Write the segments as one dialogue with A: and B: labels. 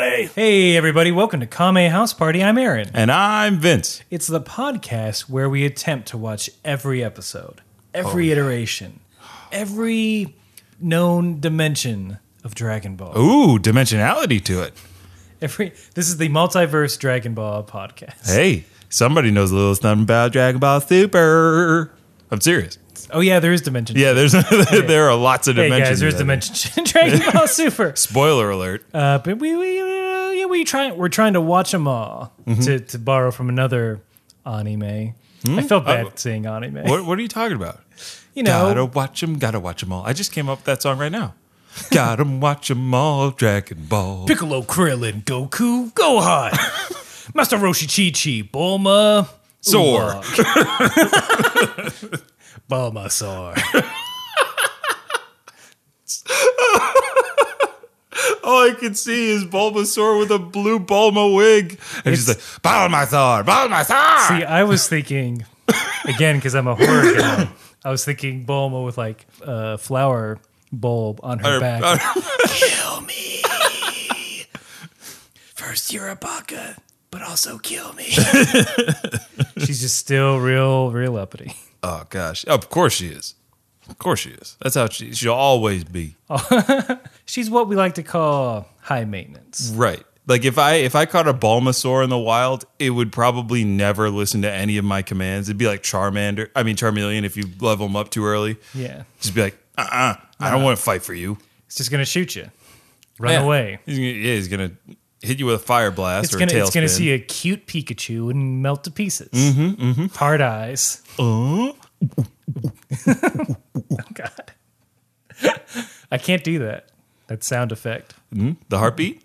A: Hey, everybody, welcome to Kame House Party. I'm Aaron.
B: And I'm Vince.
A: It's the podcast where we attempt to watch every episode,
B: Oh,
A: every iteration, every known dimension of Dragon Ball.
B: Ooh, dimensionality to it.
A: Every This is the Multiverse Dragon Ball podcast.
B: Hey, somebody knows a little something about Dragon Ball Super. I'm serious.
A: Oh, yeah, there is Dimension.
B: Yeah, there's there are lots of
A: Hey,
B: dimensions.
A: guys, there's
B: out
A: Dimension Dragon Ball Super.
B: there. Spoiler alert.
A: Uh, but we, we, uh, yeah, we try, we're trying to watch them all
B: Mm-hmm.
A: to, to borrow from another anime. I felt bad saying anime.
B: Hmm? Uh, What, what are you talking about?
A: you know,
B: Gotta watch 'em, gotta watch 'em all. I just came up with that song right now. Got 'em, watch 'em all, Dragon Ball.
A: Piccolo, Krillin, Goku, Gohan, Master Roshi, Chi Chi, Bulma,
B: Zor.
A: Ulog. Bulmasaur.
B: All I can see is Bulbasaur with a blue Bulma wig. And she's like, Bulmasaur, Bulmasaur.
A: See, I was thinking again because I'm a horror guy. I was thinking Bulma with like a flower bulb on her
B: Or-
A: back.
B: or-
A: kill me. First, you're a baka, but also kill me. She's just still real, real uppity.
B: Oh gosh, of course she is. Of course she is. That's how she she'll always be.
A: She's what we like to call high maintenance.
B: Right. Like if I if I caught a Bulmasaur in the wild, it would probably never listen to any of my commands. It'd be like Charmander. I mean Charmeleon. If you level him up too early,
A: Yeah.
B: just be like, uh, uh I don't want to fight for you.
A: It's just gonna shoot you. Run
B: Yeah.
A: away.
B: He's gonna, yeah, he's gonna hit you with a fire blast
A: It's
B: or
A: gonna
B: a tail
A: it's gonna see a cute Pikachu and melt to pieces. Mm-hmm, mm-hmm. Hard eyes. Oh God. I can't do that. That sound effect.
B: the heartbeat.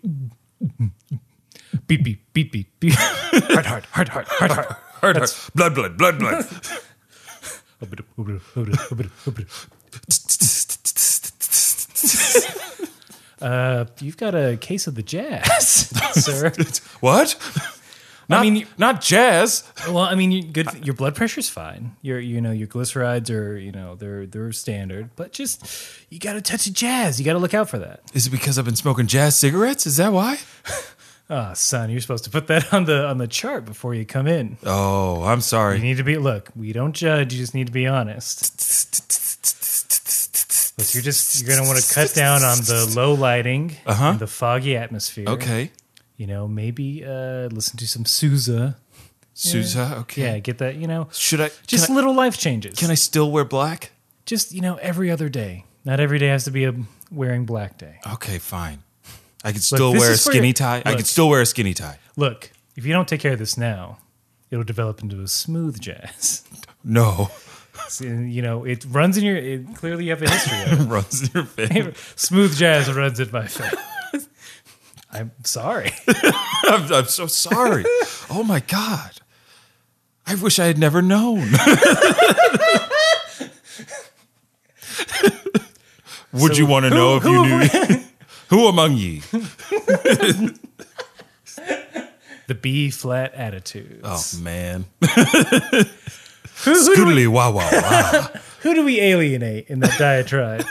A: Beep beep beep beep beep. hard hard hard hard hard hard.
B: Heart, heart. Blood, blood, blood, blood.
A: Uh, you've got a case of the jazz, sir.
B: what? Not,
A: mean, you-
B: not jazz.
A: Well, I mean, you, good. Your blood pressure's fine. Your, you know, your glycerides are, you know, they're they're standard. But just you got to touch of jazz. You got to look out for that.
B: Is it because I've been smoking jazz cigarettes? Is that why?
A: Ah, son, you're supposed to put that on the on the chart before you come in.
B: Oh, I'm
A: You
B: sorry.
A: need to be look. We don't judge. You just need to be honest. Look, you're just you're gonna want to cut down on the low lighting and the foggy atmosphere.
B: Uh-huh. Okay.
A: You know, maybe uh, listen to some Sousa.
B: Sousa, okay.
A: Yeah, get that. You know,
B: Should I
A: just
B: can,
A: little life changes.
B: I, can I still wear black?
A: just you know every other day. Not every day has to be a wearing black day.
B: Okay, fine. I could still
A: this
B: wear a
A: is for
B: skinny
A: your-
B: tie. I
A: look.
B: could still wear a skinny tie.
A: Look, if you don't take care of this now, it'll develop into a smooth jazz.
B: No.
A: It's, uh, you know, it runs in your. It, clearly, you have a history of
B: Runs in your face.
A: it. smooth jazz runs in my face. I'm sorry.
B: I'm, I'm so sorry. oh my God. I wish I had never known. Would you want to know if you knew? who among ye?
A: The B flat attitudes.
B: Oh man.
A: Who, who, do we,
B: Goodly wow wow wow.
A: who do we alienate in that diatribe?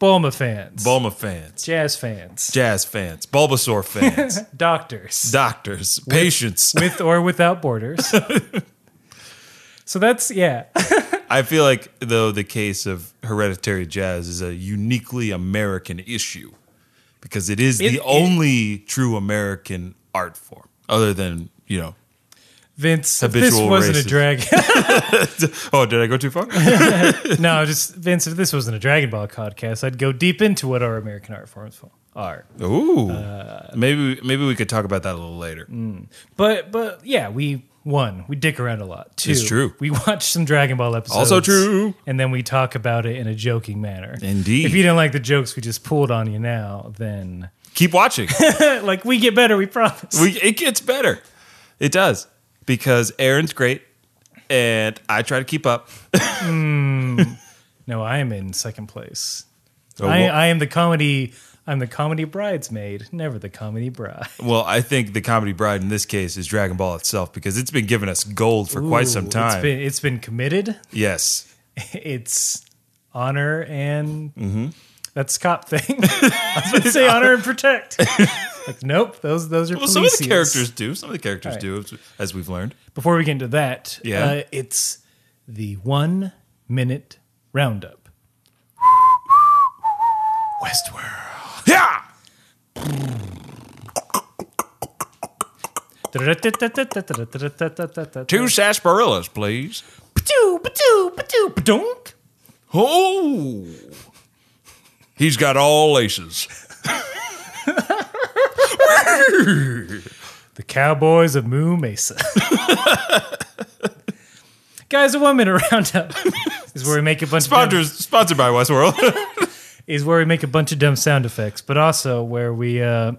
A: Bulma fans,
B: Bulma fans,
A: jazz fans,
B: jazz fans, Bulbasaur fans,
A: doctors.
B: doctors, patients.
A: with or without borders. so that's yeah.
B: I feel like though the case of hereditary jazz is a uniquely American issue because it is
A: It-
B: the
A: it-
B: only true American art form other than, you know,
A: Vince, if this
B: Habitual
A: wasn't a
B: racist.
A: dragon.
B: oh, did I go too far?
A: no, just Vince, if this wasn't a Dragon Ball podcast, I'd go deep into what our American art forms are.
B: Ooh. maybe maybe we could talk about that a little later.
A: Mm. But but yeah, we one, we dick around a lot. Two,
B: It's true.
A: We watch some Dragon Ball episodes.
B: Also true.
A: And then we talk about it in a joking manner.
B: Indeed.
A: If you don't like the jokes we just pulled on you now, then
B: Keep watching.
A: like we get better, we promise.
B: we, it gets better. It does. Because Aaron's great and I try to keep up.
A: No, I am in second place.
B: Oh,
A: I,
B: well-
A: I am the comedy. I'm the comedy bridesmaid, never the comedy bride.
B: Well, I think the comedy bride in this case is Dragon Ball itself because it's been giving us gold for quite some
A: Ooh,
B: time.
A: It's been, it's been committed.
B: yes.
A: It's
B: Mm-hmm.
A: honor and that's cop thing. I was going to say honor and protect. Like, nope, those those are
B: Well,
A: police
B: some of the
A: seals.
B: characters do. Some of the characters
A: All right.
B: do, as- as we've learned.
A: Before we get into that,
B: Yeah.
A: uh, it's the one minute roundup. Westworld.
B: Yeah. Two sarsaparillas, please.
A: Ba-doo, ba-doo, ba-doo, ba-dunk.
B: Oh. He's got all laces.
A: The Cowboys of Moo Mesa. Guys, the one minute roundup is where we make a bunch of dumb,
B: Sponsored, sponsored by Westworld.
A: is where we make a bunch of dumb sound effects, but also where we uh,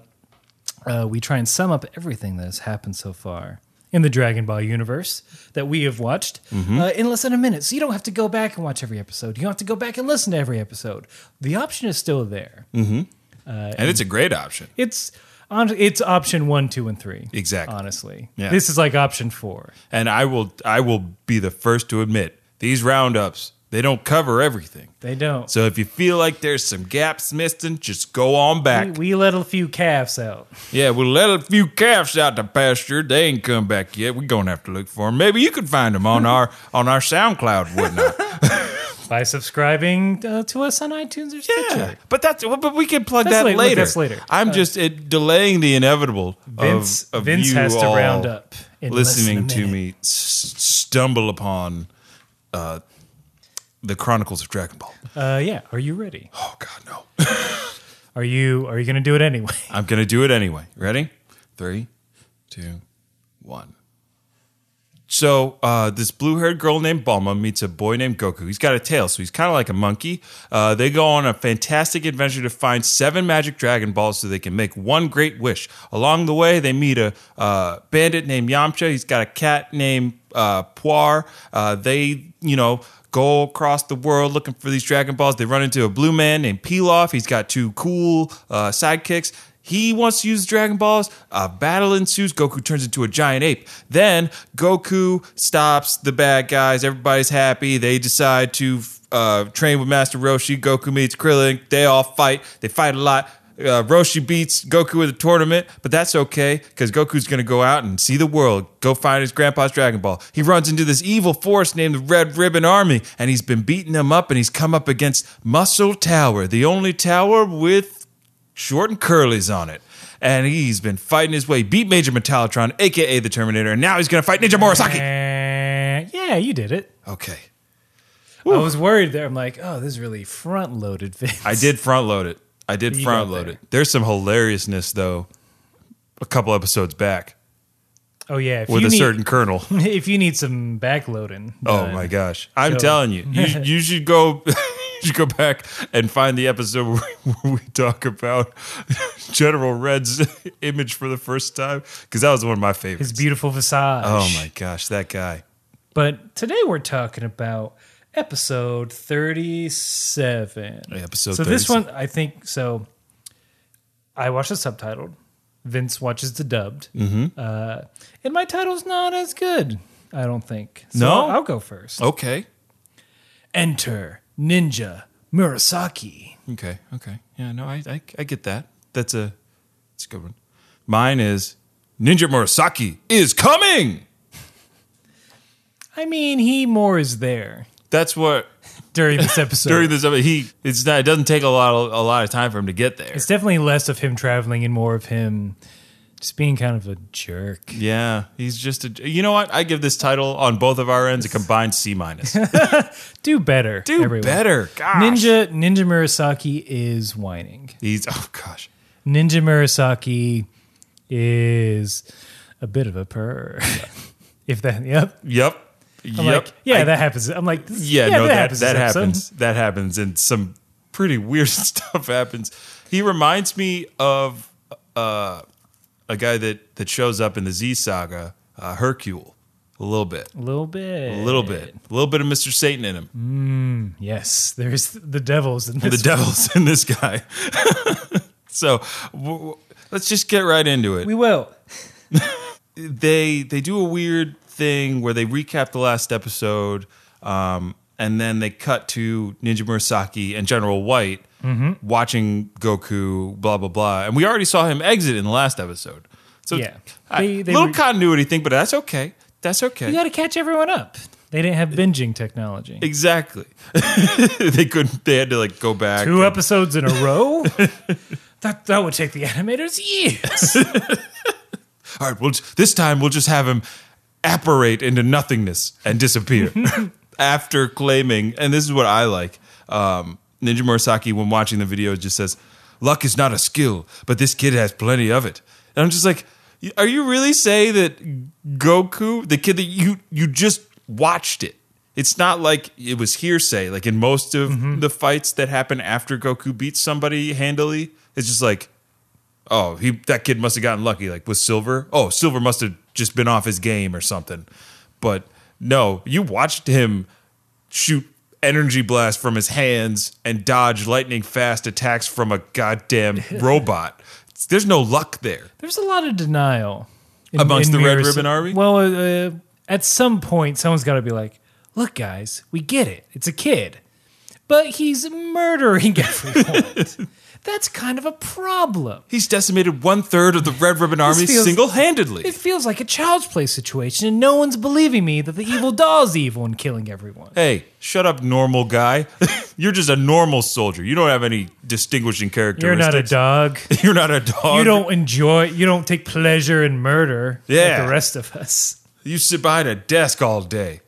A: uh, we try and sum up everything that has happened so far in the Dragon Ball universe that we have watched
B: Mm-hmm.
A: uh, in less than a minute. So you don't have to go back and watch every episode. You don't have to go back and listen to every episode. The option is still there.
B: Mm. and it's a great option.
A: It's on, it's option one, two, and three.
B: Exactly.
A: Honestly,
B: Yeah.
A: this is like option four.
B: And I will I will be the first to admit these roundups, they don't cover everything.
A: They don't.
B: So if you feel like there's some gaps missing, just go on
A: we,
B: back.
A: we let a few calves out.
B: Yeah, we let a few calves out to pasture. They ain't come back yet. We're gonna have to look for them. Maybe you could find them on our on our SoundCloud, wouldn't I?
A: by subscribing uh, to us on iTunes or Stitcher.
B: but that's but we can plug
A: That's
B: that
A: later.
B: later.
A: Look, that's later.
B: I'm just it, delaying the inevitable. of-
A: Vince,
B: of,
A: Vince
B: you
A: has to
B: all
A: round up. in less than a
B: listening to
A: minute.
B: me s- stumble upon uh, the Chronicles of Dragon Ball.
A: Uh, yeah, are you ready?
B: Oh God, no.
A: Are you are you going to do it anyway?
B: I'm gonna do it anyway. Ready? Three, two, one. So uh, this blue-haired girl named Bulma meets a boy named Goku. He's got a tail, so he's kind of like a monkey. Uh, they go on a fantastic adventure to find seven magic Dragon Balls so they can make one great wish. Along the way, they meet a uh, bandit named Yamcha. He's got a cat named uh, Puar. Uh, they, you know, go across the world looking for these Dragon Balls. They run into a blue man named Pilaf. He's got two cool uh, sidekicks. He wants to use Dragon Balls. A battle ensues. Goku turns into a giant ape. Then Goku stops the bad guys. Everybody's happy. They decide to uh, train with Master Roshi. Goku meets Krillin. They all fight. They fight a lot. Uh, Roshi beats Goku in the tournament, but that's okay because Goku's going to go out and see the world, go find his grandpa's Dragon Ball. He runs into this evil force named the Red Ribbon Army, and he's been beating them up, and he's come up against Muscle Tower, the only tower with short and curly's on it. And he's been fighting his way, beat Major Metallatron, aka the Terminator, and now he's gonna fight Ninja Morisaki.
A: Eh, yeah, you did it.
B: Okay.
A: I was worried there. I'm like, oh, this is really front loaded, Vince.
B: I did front load it. I did
A: You
B: front
A: got
B: load
A: there.
B: it. There's some hilariousness though, a couple episodes back
A: Oh yeah, if
B: with
A: you
B: a
A: need,
B: certain colonel.
A: If you need some backloading,
B: Oh
A: uh,
B: my gosh. I'm
A: So-
B: telling you, you, you should go you should go back and find the episode where we, where we talk about General Red's image for the first time because that was one of my favorites.
A: his beautiful visage.
B: oh my gosh, that guy.
A: But today we're talking about episode 37.
B: Yeah, episode
A: So this one, I think, so I watch the subtitled. Vince watches the dubbed. Mm-hmm. Uh, and my title's not as good, I don't think. So
B: No?
A: I'll, I'll go first.
B: Okay.
A: Enter Ninja Murasaki.
B: Okay. Okay. Yeah. No, I, I I get that. That's a that's a good one. Mine is Ninja Murasaki is coming.
A: I mean, he more is there
B: That's what
A: during this episode.
B: during this episode, he it's not it doesn't take a lot of, a lot of time for him to get there.
A: it's definitely less of him traveling and more of him just being kind of a jerk.
B: Yeah, he's just a. You know what? I give this title on both of our ends a combined C minus.
A: Do better.
B: Do
A: everyone.
B: better, Ah. gosh.
A: Ninja Ninja Murasaki is whining.
B: He's oh gosh.
A: Ninja Murasaki is a bit of a purr. if that, yep.
B: Yep. Yep.
A: I'm like, yeah,
B: I-
A: that happens. I'm like, this-
B: yeah, no, that that
A: this
B: happens. That
A: episode.
B: happens. and some pretty weird stuff happens. He reminds me of uh, a guy that that shows up in the Z saga, uh, Hercule, a little bit,
A: A little bit.
B: a little bit, a little bit of Mister Satan in him.
A: Yes, there's the devils in
B: The
A: this.
B: devil's in this guy. so w- w- let's just get right into it.
A: we will.
B: they they do a weird thing where they recap the last episode um, and then they cut to Ninja Murasaki and General White
A: Mm-hmm.
B: watching Goku, blah blah blah, and we already saw him exit in the last episode. So
A: Yeah.
B: I-
A: They- they
B: little
A: were-
B: continuity thing, but that's okay. That's okay.
A: You got to catch everyone up. They didn't have binging technology.
B: Exactly. they couldn't. They had to like go back.
A: Two episodes in a row? that, that would take the animators years.
B: All right. We'll just, this time we'll just have him apparate into nothingness and disappear after claiming. And this is what I like. Um, Ninja Murasaki, when watching the video, just says, "Luck is not a skill, but this kid has plenty of it." And I'm just like, "Are you really saying that Goku, the kid that you you just watched it?" It's not like it was hearsay. Like in most of the fights that happen after Goku beats somebody handily, it's just like oh he that kid must have gotten lucky like with silver oh silver must have just been off his game or something but no you watched him shoot energy blast from his hands and dodge lightning fast attacks from a goddamn robot there's no luck there
A: There's a lot of denial in,
B: Amongst the Red
A: Mirror's-
B: Ribbon Army?
A: Well, uh, at some point, someone's got to be like, "Look, guys, we get it. It's a kid, but he's murdering everyone. That's kind of a problem.
B: he's decimated one third of the red ribbon army
A: feels-
B: single-handedly
A: It feels like a child's play situation, and no one's believing me that the evil doll's evil and killing everyone."
B: hey shut up normal guy you're just a normal soldier you don't have any distinguishing
A: You're not a
B: characteristics
A: dog.
B: you're not a dog
A: You don't enjoy. You don't take pleasure in murder. like
B: Yeah.
A: the rest of us.
B: You sit behind a desk all day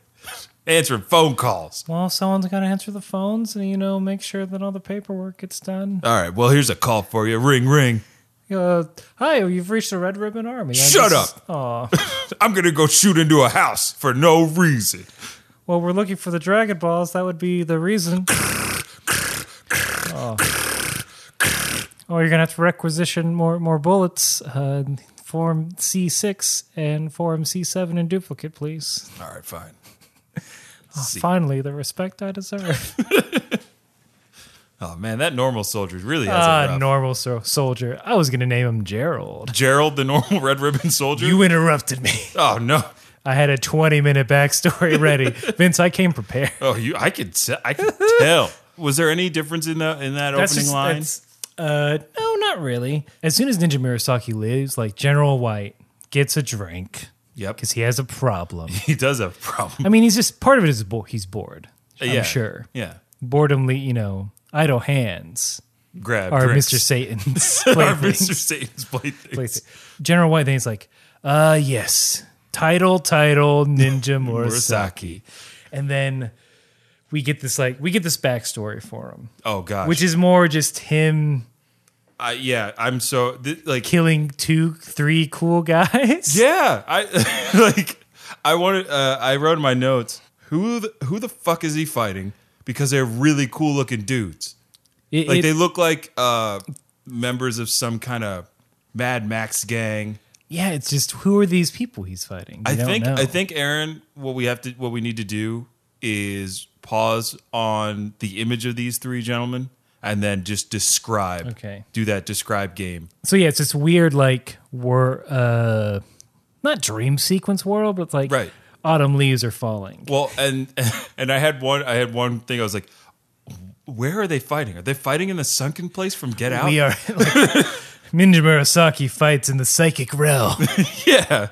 B: answering phone calls.
A: Well, someone's got to answer the phones and you know make sure that all the paperwork gets done.
B: All right, well, here's a call for you. Ring, ring.
A: Uh, hi, you've reached the Red Ribbon Army. I Oh,
B: Shut
A: up. Aw.
B: I'm going to go shoot into a house for no reason.
A: Well, we're looking for the Dragon Balls. That would be the reason. oh. oh, you're gonna have to requisition more more bullets. Uh, form C6 and form C7 in duplicate, please.
B: All right, fine.
A: Finally, the respect I deserve.
B: Oh, man, that normal soldier really has a
A: Ah,
B: rough.
A: normal so- soldier. I was gonna name him Gerald.
B: Gerald, the normal red ribbon soldier?
A: You interrupted me.
B: oh, no.
A: I had a 20 minute backstory ready. Vince, I came prepared.
B: Oh, you. I could, t- I could tell. Was there any difference in, the, in that opening line?
A: Uh, no, not really. As soon as Ninja Murasaki leaves, like General White gets a drink
B: Yep.
A: because he has a problem.
B: He does have a problem.
A: I mean, he's just part of it is bo- he's bored. I'm
B: Uh, yeah.
A: sure.
B: Yeah.
A: Boredom, le- you know, idle hands
B: Grab
A: are
B: drinks.
A: Mr. Satan's
B: Our
A: playthings.
B: Mr. Satan's playthings.
A: Place- General White then he's like, uh, yes, title, title, Ninja Murasaki.
B: Murasaki.
A: and then we get this like we get this backstory for him,
B: Oh, gosh.
A: which is more just him
B: I, yeah, I'm so, th- like,
A: killing two, three cool guys.
B: Yeah, I like. I wanted. Uh, I wrote in my notes who the, who the fuck is he fighting? Because they're really cool looking dudes.
A: It-
B: Like
A: it-
B: they look like uh, members of some kind of Mad Max gang.
A: yeah, it's just who are these people he's fighting? You
B: I
A: don't
B: think.
A: know.
B: I think Aaron. What we have to. What we need to do is pause on the image of these three gentlemen and then just describe.
A: Okay.
B: Do that describe game.
A: so. Yeah, it's this weird like we're uh, not dream sequence world, but it's like
B: Right.
A: autumn leaves are falling.
B: Well, and and I had one. I had one thing. I was like. Where are they fighting? Are they fighting in the sunken place from Get Out?
A: We are. Like, Ninja Murasaki fights in the psychic realm.
B: Yeah,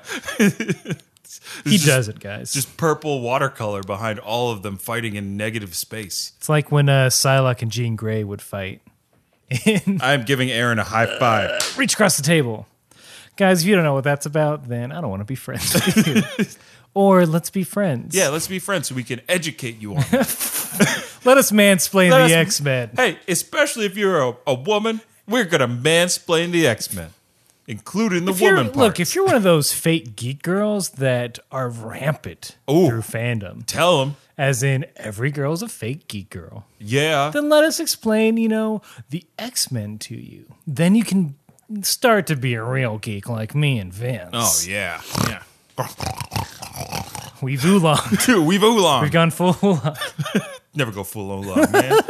A: he does it, guys.
B: just purple watercolor behind all of them fighting in negative space.
A: it's like when uh, Psylocke and Jean Grey would fight.
B: I'm giving Aaron a high five.
A: reach across the table. Guys, if you don't know what that's about, then I don't want to be friends with you. or let's be friends.
B: Yeah, let's be friends so we can educate you on that.
A: Let us mansplain
B: Let us-
A: the X Men.
B: hey, especially if you're a, a woman, we're gonna mansplain the X Men, including the woman part.
A: Look, if you're one of those fake geek girls that are rampant
B: Ooh.
A: through fandom,
B: Tell them,
A: as in every girl's a fake geek girl,
B: yeah,
A: then let us explain, you know, the X Men to you. Then you can start to be a real geek like me and Vince.
B: oh yeah, yeah.
A: We've oolong.
B: Dude, we've oolong.
A: We've gone full oolong.
B: Never go full oolong, man.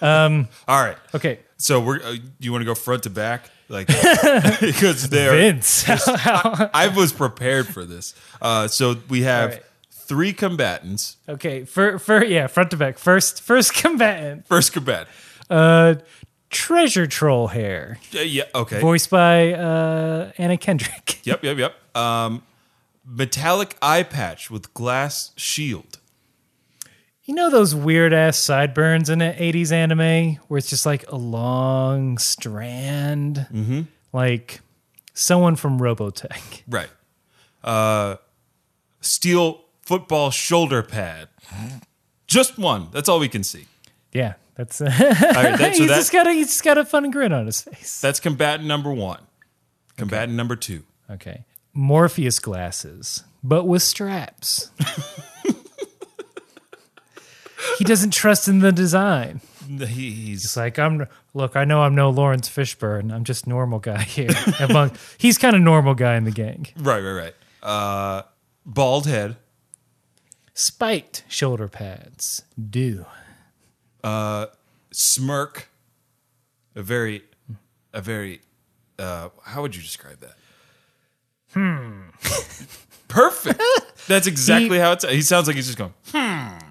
B: um.
A: Um,
B: All right,
A: Okay.
B: so we're. Uh, you want to go front to back, like because they're
A: Vince.
B: I was prepared for this. Uh, so we have
A: All right.
B: three combatants.
A: Okay, for for yeah, front to back. First first combatant.
B: First combatant.
A: Uh, Treasure Troll Hair,
B: Yeah, Uh, yeah, okay.
A: voiced by uh, Anna Kendrick.
B: Yep, yep, yep. Um, metallic eye patch with glass shield.
A: You know those weird ass sideburns in an 80s anime where it's just like a long strand? Mm-hmm. Like someone from Robotech.
B: Right. Uh, steel football shoulder pad. Just one. That's all we can see.
A: Yeah, that's.
B: All right, that, so
A: he's,
B: that,
A: just got a, he's just got a fun grin on his face.
B: that's combatant number one. Combatant number two.
A: Okay. Morpheus glasses, but with straps. he doesn't trust in the design.
B: He, he's
A: It's like I'm look, I know I'm no Lawrence Fishburne. I'm just normal guy here. Among, he's kind of normal guy in the gang.
B: right, right, right. Uh, bald head.
A: Spiked shoulder pads. Do.
B: smirk, a very, a very, uh, how would you describe that? Hmm. Perfect. That's exactly how it's. He sounds like he's just going.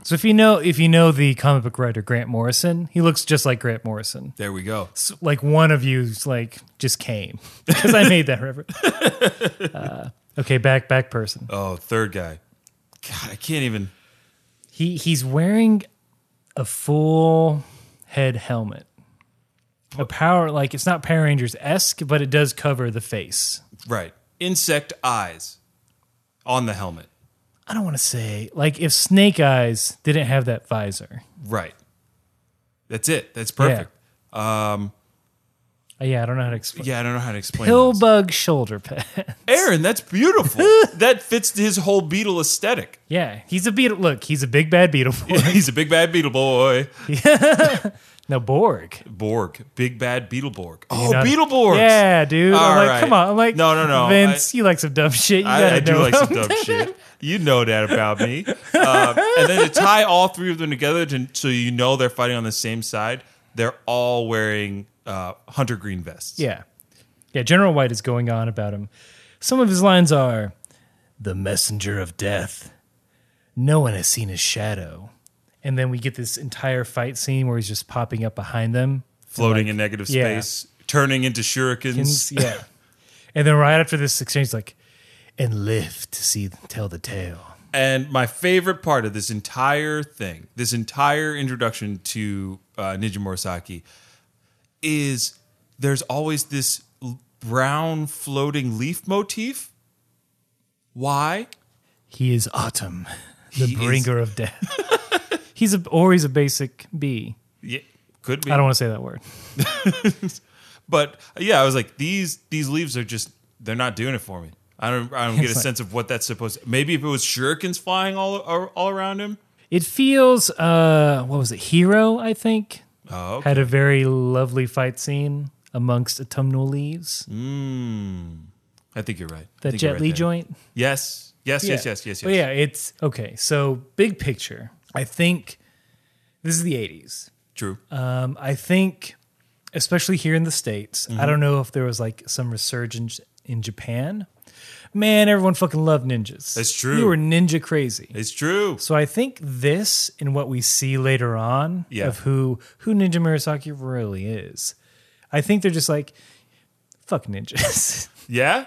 A: So if you know if you know the comic book writer Grant Morrison, he looks just like Grant Morrison.
B: There we go.
A: So, like one of you's like just came because I made that reference. Uh, okay, back back person.
B: Oh, third guy. God, I can't even.
A: He he's wearing a full head helmet. A power like it's not Power Rangers esque, but it does cover the face.
B: Right. Insect eyes on the helmet.
A: I don't want to say like if Snake Eyes didn't have that visor.
B: Right. That's it. That's perfect. Um,
A: Uh, yeah, I don't know how to explain.
B: Yeah, I don't know how to explain.
A: Pill
B: those.
A: bug shoulder pad.
B: Aaron, that's beautiful. that fits his whole beetle aesthetic.
A: yeah, he's a beetle. Look, he's a big bad beetle. boy.
B: He's a big bad beetle boy.
A: now Borg.
B: Borg, big bad Beetleborg. Oh,
A: know-
B: Beetleborgs.
A: Yeah, dude.
B: All
A: I'm like,
B: right.
A: come on. I'm like,
B: No, no, no.
A: Vince, you like some dumb shit. You
B: I,
A: gotta
B: I do
A: know
B: like some
A: about
B: dumb shit. You know that about me. Uh, and then to tie all three of them together, to, so you know they're fighting on the same side. They're all wearing uh, hunter green vests.
A: Yeah. Yeah, General White is going on about him. Some of his lines are The messenger of death. No one has seen his shadow. And then we get this entire fight scene where he's just popping up behind them.
B: floating in negative
A: yeah.
B: space, turning into shurikens.
A: Yeah. and then right after this exchange, he's like, and live to see tell the tale.
B: And my favorite part of this entire thing, this entire introduction to uh, Ninja Murasaki, is there's always this l- brown floating leaf motif. Why?
A: He is autumn, the
B: He is-
A: bringer of death. he's a or he's a basic bee.
B: Yeah, could be.
A: I don't want to say that word.
B: but yeah, I was like, these these leaves are just they're not doing it for me. I don't I don't get a
A: It's like-
B: sense of what that's supposed. Maybe if it was shurikens flying all all around him.
A: It feels uh what was it? Hero, I think.
B: Oh, okay.
A: had a very lovely fight scene amongst autumnal leaves.
B: I think you're right. Mm, I
A: That
B: think you're
A: Jet
B: right
A: Li
B: there.
A: joint.
B: Yes. Yes, yes, yes, yes, yes.
A: But yeah, it's okay. So big picture, I think this is the '80s.
B: True.
A: Um, I think, especially here in the states,
B: Mm-hmm.
A: I don't know if there was like some resurgence in Japan. Man, everyone fucking loved ninjas.
B: That's true.
A: We were ninja crazy.
B: It's true.
A: So I think this and what we see later on
B: Yeah.
A: of who who Ninja Murasaki really is. I think they're just like fuck ninjas.
B: Yeah.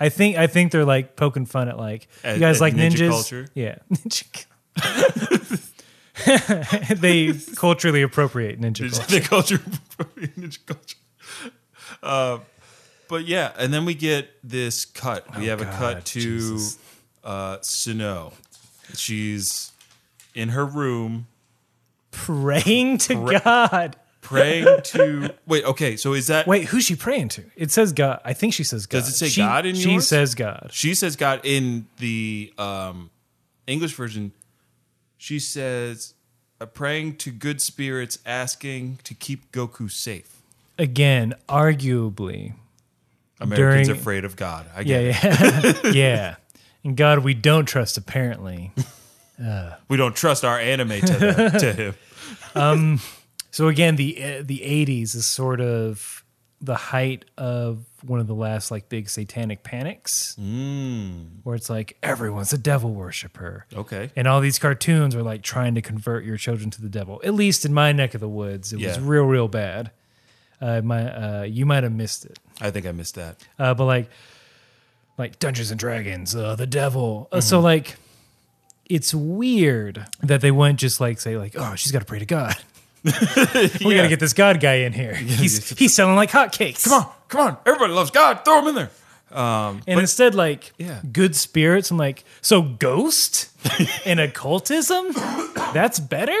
A: I think I think they're like poking fun at like
B: At-
A: you guys
B: at
A: like
B: ninja
A: ninjas.
B: culture?
A: Yeah. Ninja cul- they culturally appropriate ninja culture.
B: the culture, ninja culture. Uh, but yeah, and then we get this cut. We have a cut
A: Oh, God,
B: to
A: Jesus.
B: uh, Sino. She's in her room
A: Praying to God.
B: praying to. Wait, okay. So is that
A: Wait, who's she praying to? It says God. I think she says God.
B: Does it say
A: She-
B: God in
A: She
B: yours?
A: says God.
B: she says God in the um, English version? She says uh, praying to good spirits, asking to keep Goku safe.
A: Again, arguably
B: Americans
A: During-
B: afraid of God. I get it.
A: Yeah, yeah, yeah. And God, we don't trust. Apparently,
B: We don't trust our anime to, them, to him.
A: so again, the uh, the '80s is sort of the height of one of the last like big satanic panics, where it's like everyone's a devil worshiper.
B: Mm. Okay.
A: And all these cartoons were like trying to convert your children to the devil. At least in my neck of the woods, it was
B: Yeah.
A: real, real bad. Uh, my, uh, you might have missed it,
B: I think I missed that.
A: uh, but like, like Dungeons and Dragons, uh, the devil. Uh,
B: Mm-hmm.
A: so like, it's weird that they wouldn't just like say like, oh, she's got to pray to God. We
B: Yeah.
A: gotta get this God guy in here. He's he's selling like hotcakes.
B: Come on, come on. Everybody loves God. Throw him in there.
A: And instead, like
B: Yeah.
A: good spirits, I'm like, so ghost and occultism? That's better?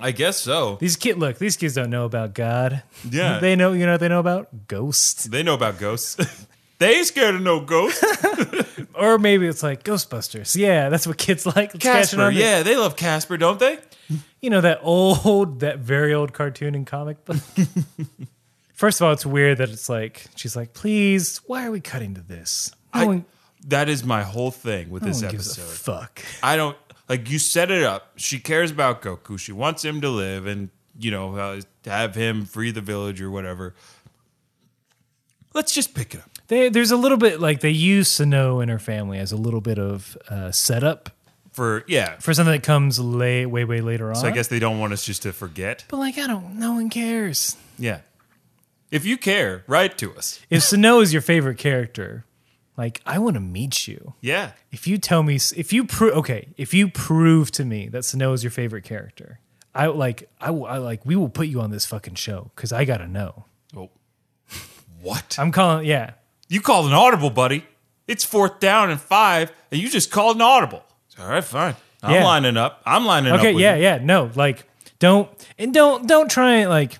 B: I guess so.
A: These kid look, these kids don't know about God.
B: Yeah.
A: They know you know what they know about? Ghosts.
B: They know about ghosts. they ain't scared of no ghosts.
A: Or maybe it's like Ghostbusters. Yeah, that's what kids like. Let's cash in
B: Casper,
A: on the-
B: yeah, they love Casper, don't they?
A: You know, that old, that very old cartoon and comic book. First of all, it's weird that it's like, she's like, please, why are we cutting to this? No
B: I-
A: one,
B: that is my whole thing with
A: no
B: this
A: one gives a
B: episode.
A: fuck.
B: I don't like you set it up. She cares about Goku. She wants him to live and you know uh, have him free the village or whatever. Let's just pick it up.
A: They, there's a little bit like they use Sano and her family as a little bit of uh, setup
B: For yeah.
A: for something that comes lay, way, way later on.
B: So I guess they don't want us just to forget.
A: but like I don't, no one cares.
B: Yeah. If you care, write to us.
A: If Sano is your favorite character, like I want to meet you.
B: Yeah.
A: If you tell me, if you prove, okay, if you prove to me that Sano is your favorite character, I like, I, will- I like, we will put you on this fucking show because I gotta know.
B: Oh. What?
A: I'm calling, yeah.
B: You called an audible, buddy. It's fourth down and five, and you just called an audible. All right, fine. I'm
A: Yeah.
B: lining up. I'm lining up.
A: Okay,
B: with
A: yeah,
B: you.
A: yeah, no, like don't and don't don't try and like.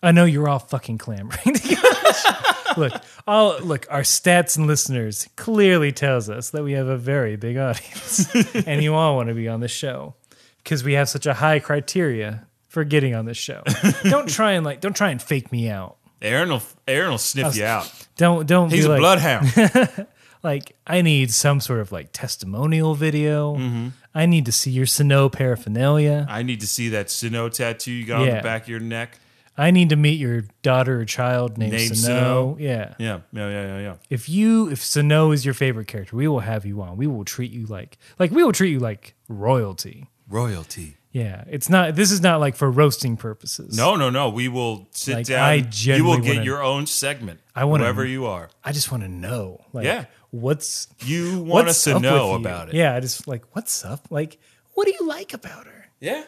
A: I know you're all fucking clamoring. look, all look. Our stats and listeners clearly tells us that we have a very big audience, and you all want to be on the show because we have such a high criteria for getting on this show. don't try and like. Don't try and fake me out.
B: Aaron will Aaron will sniff you out.
A: Don't don't.
B: He's
A: be
B: a
A: like,
B: bloodhound.
A: like I need some sort of like testimonial video.
B: Mm-hmm.
A: I need to see your Sano paraphernalia.
B: I need to see that Sino tattoo you got on
A: Yeah.
B: the back of your neck.
A: I need to meet your daughter or child named,
B: Named
A: Sano. Yeah.
B: Yeah, yeah, yeah, yeah, yeah.
A: If you if Sano is your favorite character, we will have you on. We will treat you like like we will treat you like royalty.
B: Royalty.
A: Yeah. It's not this is not like for roasting purposes.
B: No, no, no. We will sit
A: Like,
B: down.
A: I
B: you will
A: genuinely
B: get
A: wanna-
B: your own segment.
A: I wanna-
B: whoever you are.
A: I just want to know. Like
B: Yeah.
A: what's
B: You want us
A: what's
B: to
A: up
B: know
A: with you?
B: about it.
A: Yeah, I just like what's up? Like, what do you like about her?
B: yeah.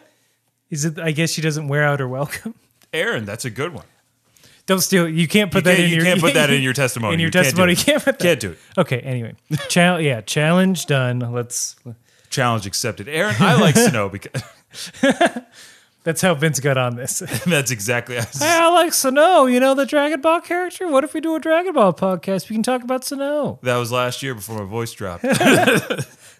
A: Is it I guess she doesn't wear out her welcome?
B: Aaron, that's a good one.
A: Don't steal you can't put that
B: You can't,
A: in
B: you
A: your
B: can't put that in your testimony.
A: in your
B: You can't do
A: testimony.
B: it.
A: You can't put that.
B: Can't do it.
A: Okay, anyway. Chal- yeah, challenge done. Let's
B: Challenge accepted. Aaron, I like Sino because
A: That's how Vince got on this. hey,
B: that's exactly. I was
A: I like Sano. You know the Dragon Ball character? What if we do a Dragon Ball podcast? We can talk about Sano.
B: That was last year before my voice dropped.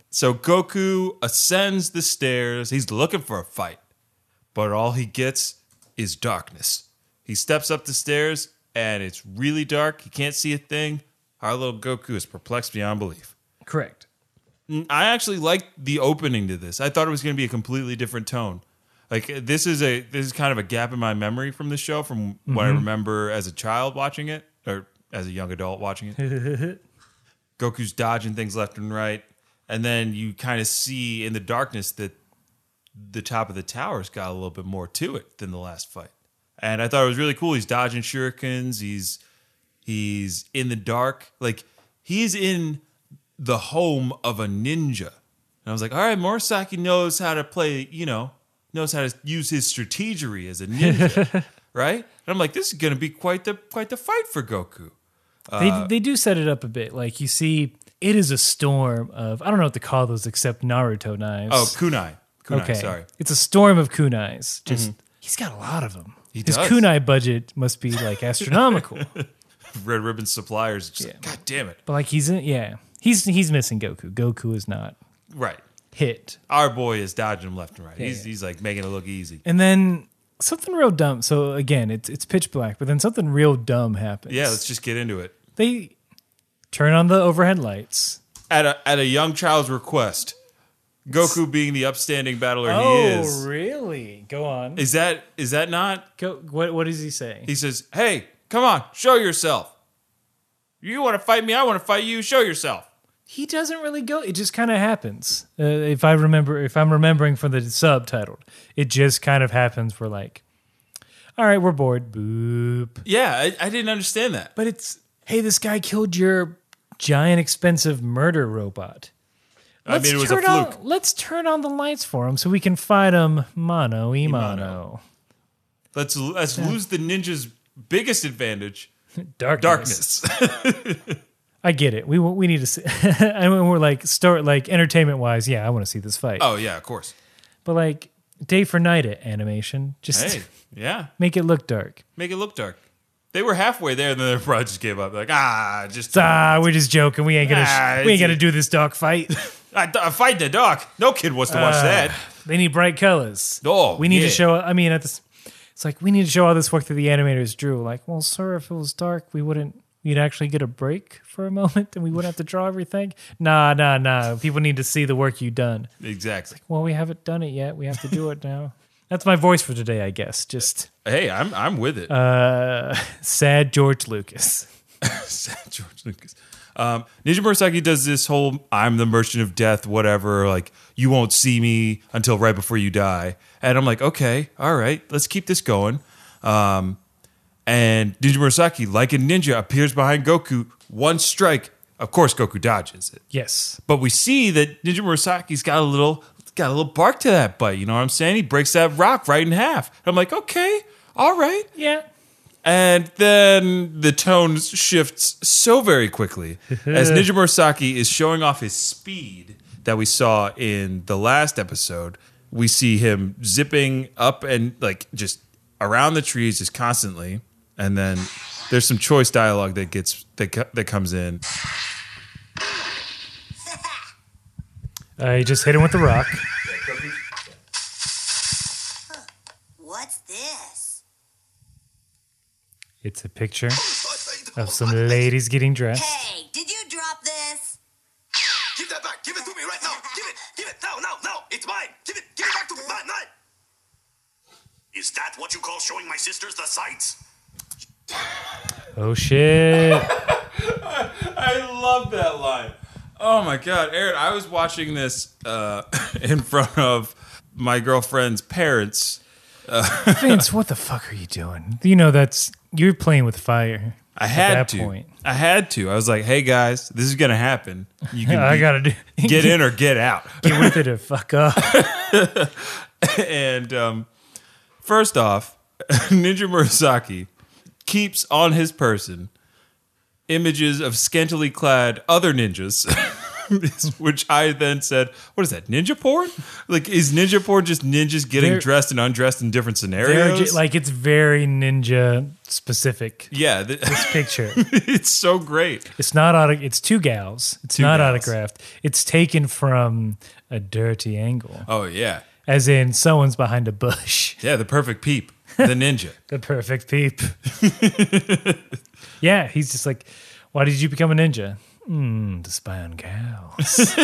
B: so Goku ascends the stairs. He's looking for a fight, but all he gets is darkness. He steps up the stairs and it's really dark. He can't see a thing. Our little Goku is perplexed beyond belief.
A: Correct.
B: I actually liked the opening to this. I thought it was going to be a completely different tone. Like this is a this is kind of a gap in my memory from the show from what I remember as a child watching it or as a young adult watching it. Goku's dodging things left and right, and then you kind of see in the darkness that the top of the tower's got a little bit more to it than the last fight. And I thought it was really cool. He's dodging shurikens. He's he's in the dark. Like he's in the home of a ninja. And I was like, all right, Murasaki knows how to play, you know, knows how to use his strategery as a ninja. right? And I'm like, this is gonna be quite the quite the fight for Goku.
A: they, they do set it up a bit. Like you see, it is a storm of I don't know what to call those except Naruto knives.
B: Oh, kunai. Kunai, sorry. Mm-hmm.
A: It's a storm of kunais. Just he's got a lot of them. He His
B: does.
A: kunai budget must be like astronomical.
B: Red Ribbon Suppliers. Just like, God damn it.
A: but like he's in, yeah, he's he's missing Goku. Goku is not
B: Right.
A: hit.
B: Our boy is dodging him left and right. he's,
A: yeah.
B: he's like making it look easy.
A: And then something real dumb. So again, it's it's pitch black, but then something real dumb happens.
B: Yeah, let's just get into it.
A: they turn on the overhead lights.
B: At a at a young child's request, Goku being the upstanding battler
A: Oh,
B: he is.
A: really? Go on.
B: Is that is that not
A: Go, what, what does he say?
B: He says, "Hey, Come on, show yourself. You want to fight me? I want to fight you. Show yourself.
A: He doesn't really go. It just kind of happens. Uh, if I remember, if I'm remembering from the subtitled, it just kind of happens. We're like, all right, we're bored. Boop.
B: Yeah, I, I didn't understand that.
A: But it's hey, this guy killed your giant expensive murder robot.
B: I mean, it was a
A: turn on-
B: fluke.
A: let's turn on the lights for him so we can fight him mano e mano.
B: Let's let's lose the ninja's biggest advantage,
A: Darkness.
B: darkness.
A: I get it. We we need to see. and when we're like start like entertainment wise, yeah, I want to see this fight.
B: oh yeah, of course.
A: But like day for night at animation, just
B: Hey, yeah,
A: make it look dark.
B: make it look dark. They were halfway there, and then their project just gave up. Like ah, just
A: Ah, we're just joking. We ain't gonna
B: Ah,
A: we
B: it's-
A: ain't gonna do this dark fight.
B: I, I fight the dark. No kid wants to watch that.
A: they need bright colors.
B: Oh,
A: we need
B: yeah.
A: to show. I mean, at this, it's like we need to show all this work that the animators drew. Like, well, sir, if it was dark, we wouldn't. You'd actually get a break for a moment, and we wouldn't have to draw everything. Nah, nah, nah. People need to see the work you've done.
B: Exactly.
A: Well, we haven't done it yet. We have to do it now. That's my voice for today, I guess. Just
B: Hey, I'm I'm with it.
A: uh, sad George Lucas.
B: George Lucas. Um, Ninja Murasaki does this whole "I'm the merchant of death," whatever. Like you won't see me until right before you die, and I'm like, okay, all right, let's keep this going. Um, and Ninja Murasaki, like a ninja, appears behind Goku. One strike, of course, Goku dodges it.
A: Yes.
B: But we see that Ninja Murasaki's got a little got a little bark to that bite. You know what I'm saying? He breaks that rock right in half. I'm like, okay, all right.
A: Yeah.
B: And then the tone shifts so very quickly as Ninja Murasaki is showing off his speed that we saw in the last episode. We see him zipping up and like just around the trees just constantly. And then there's some choice dialogue that gets that, co- that comes in.
A: I just hit him with the rock.
C: What's this?
A: It's a picture of some ladies getting dressed.
C: Hey, did you drop this?
D: Give that back. Give it to me right now. Give it. Give it. Now, now, now. It's mine. Give it. Give it back to me. Mine, mine. Is that what you call showing my sisters the sights?
A: Oh shit!
B: I love that line. Oh my god, Aaron! I was watching this uh, in front of my girlfriend's parents.
A: Vince, what the fuck are you doing? You know that's you're playing with fire.
B: I had
A: that
B: to.
A: point.
B: I had to. I was like, "Hey guys, this is gonna happen. You can
A: I
B: be-
A: gotta do
B: get in or get out."
A: get with it or fuck up.
B: and um, first off, Ninja Murasaki keeps on his person images of scantily clad other ninjas, which I then said, "What is that? Ninja porn? Like, is ninja porn just ninjas getting
A: They're-
B: dressed and undressed in different
A: They're
B: scenarios?"
A: ju- like it's very ninja specific
B: yeah, th-
A: picture.
B: it's so great.
A: It's not auto- It's two gals. It's not
B: gals.
A: autographed. It's taken from a dirty angle,
B: Oh yeah,
A: as in someone's behind a bush.
B: yeah, the perfect peep, the ninja.
A: The perfect peep. yeah, he's just like, why did you become a ninja? Mm, to spy on gals.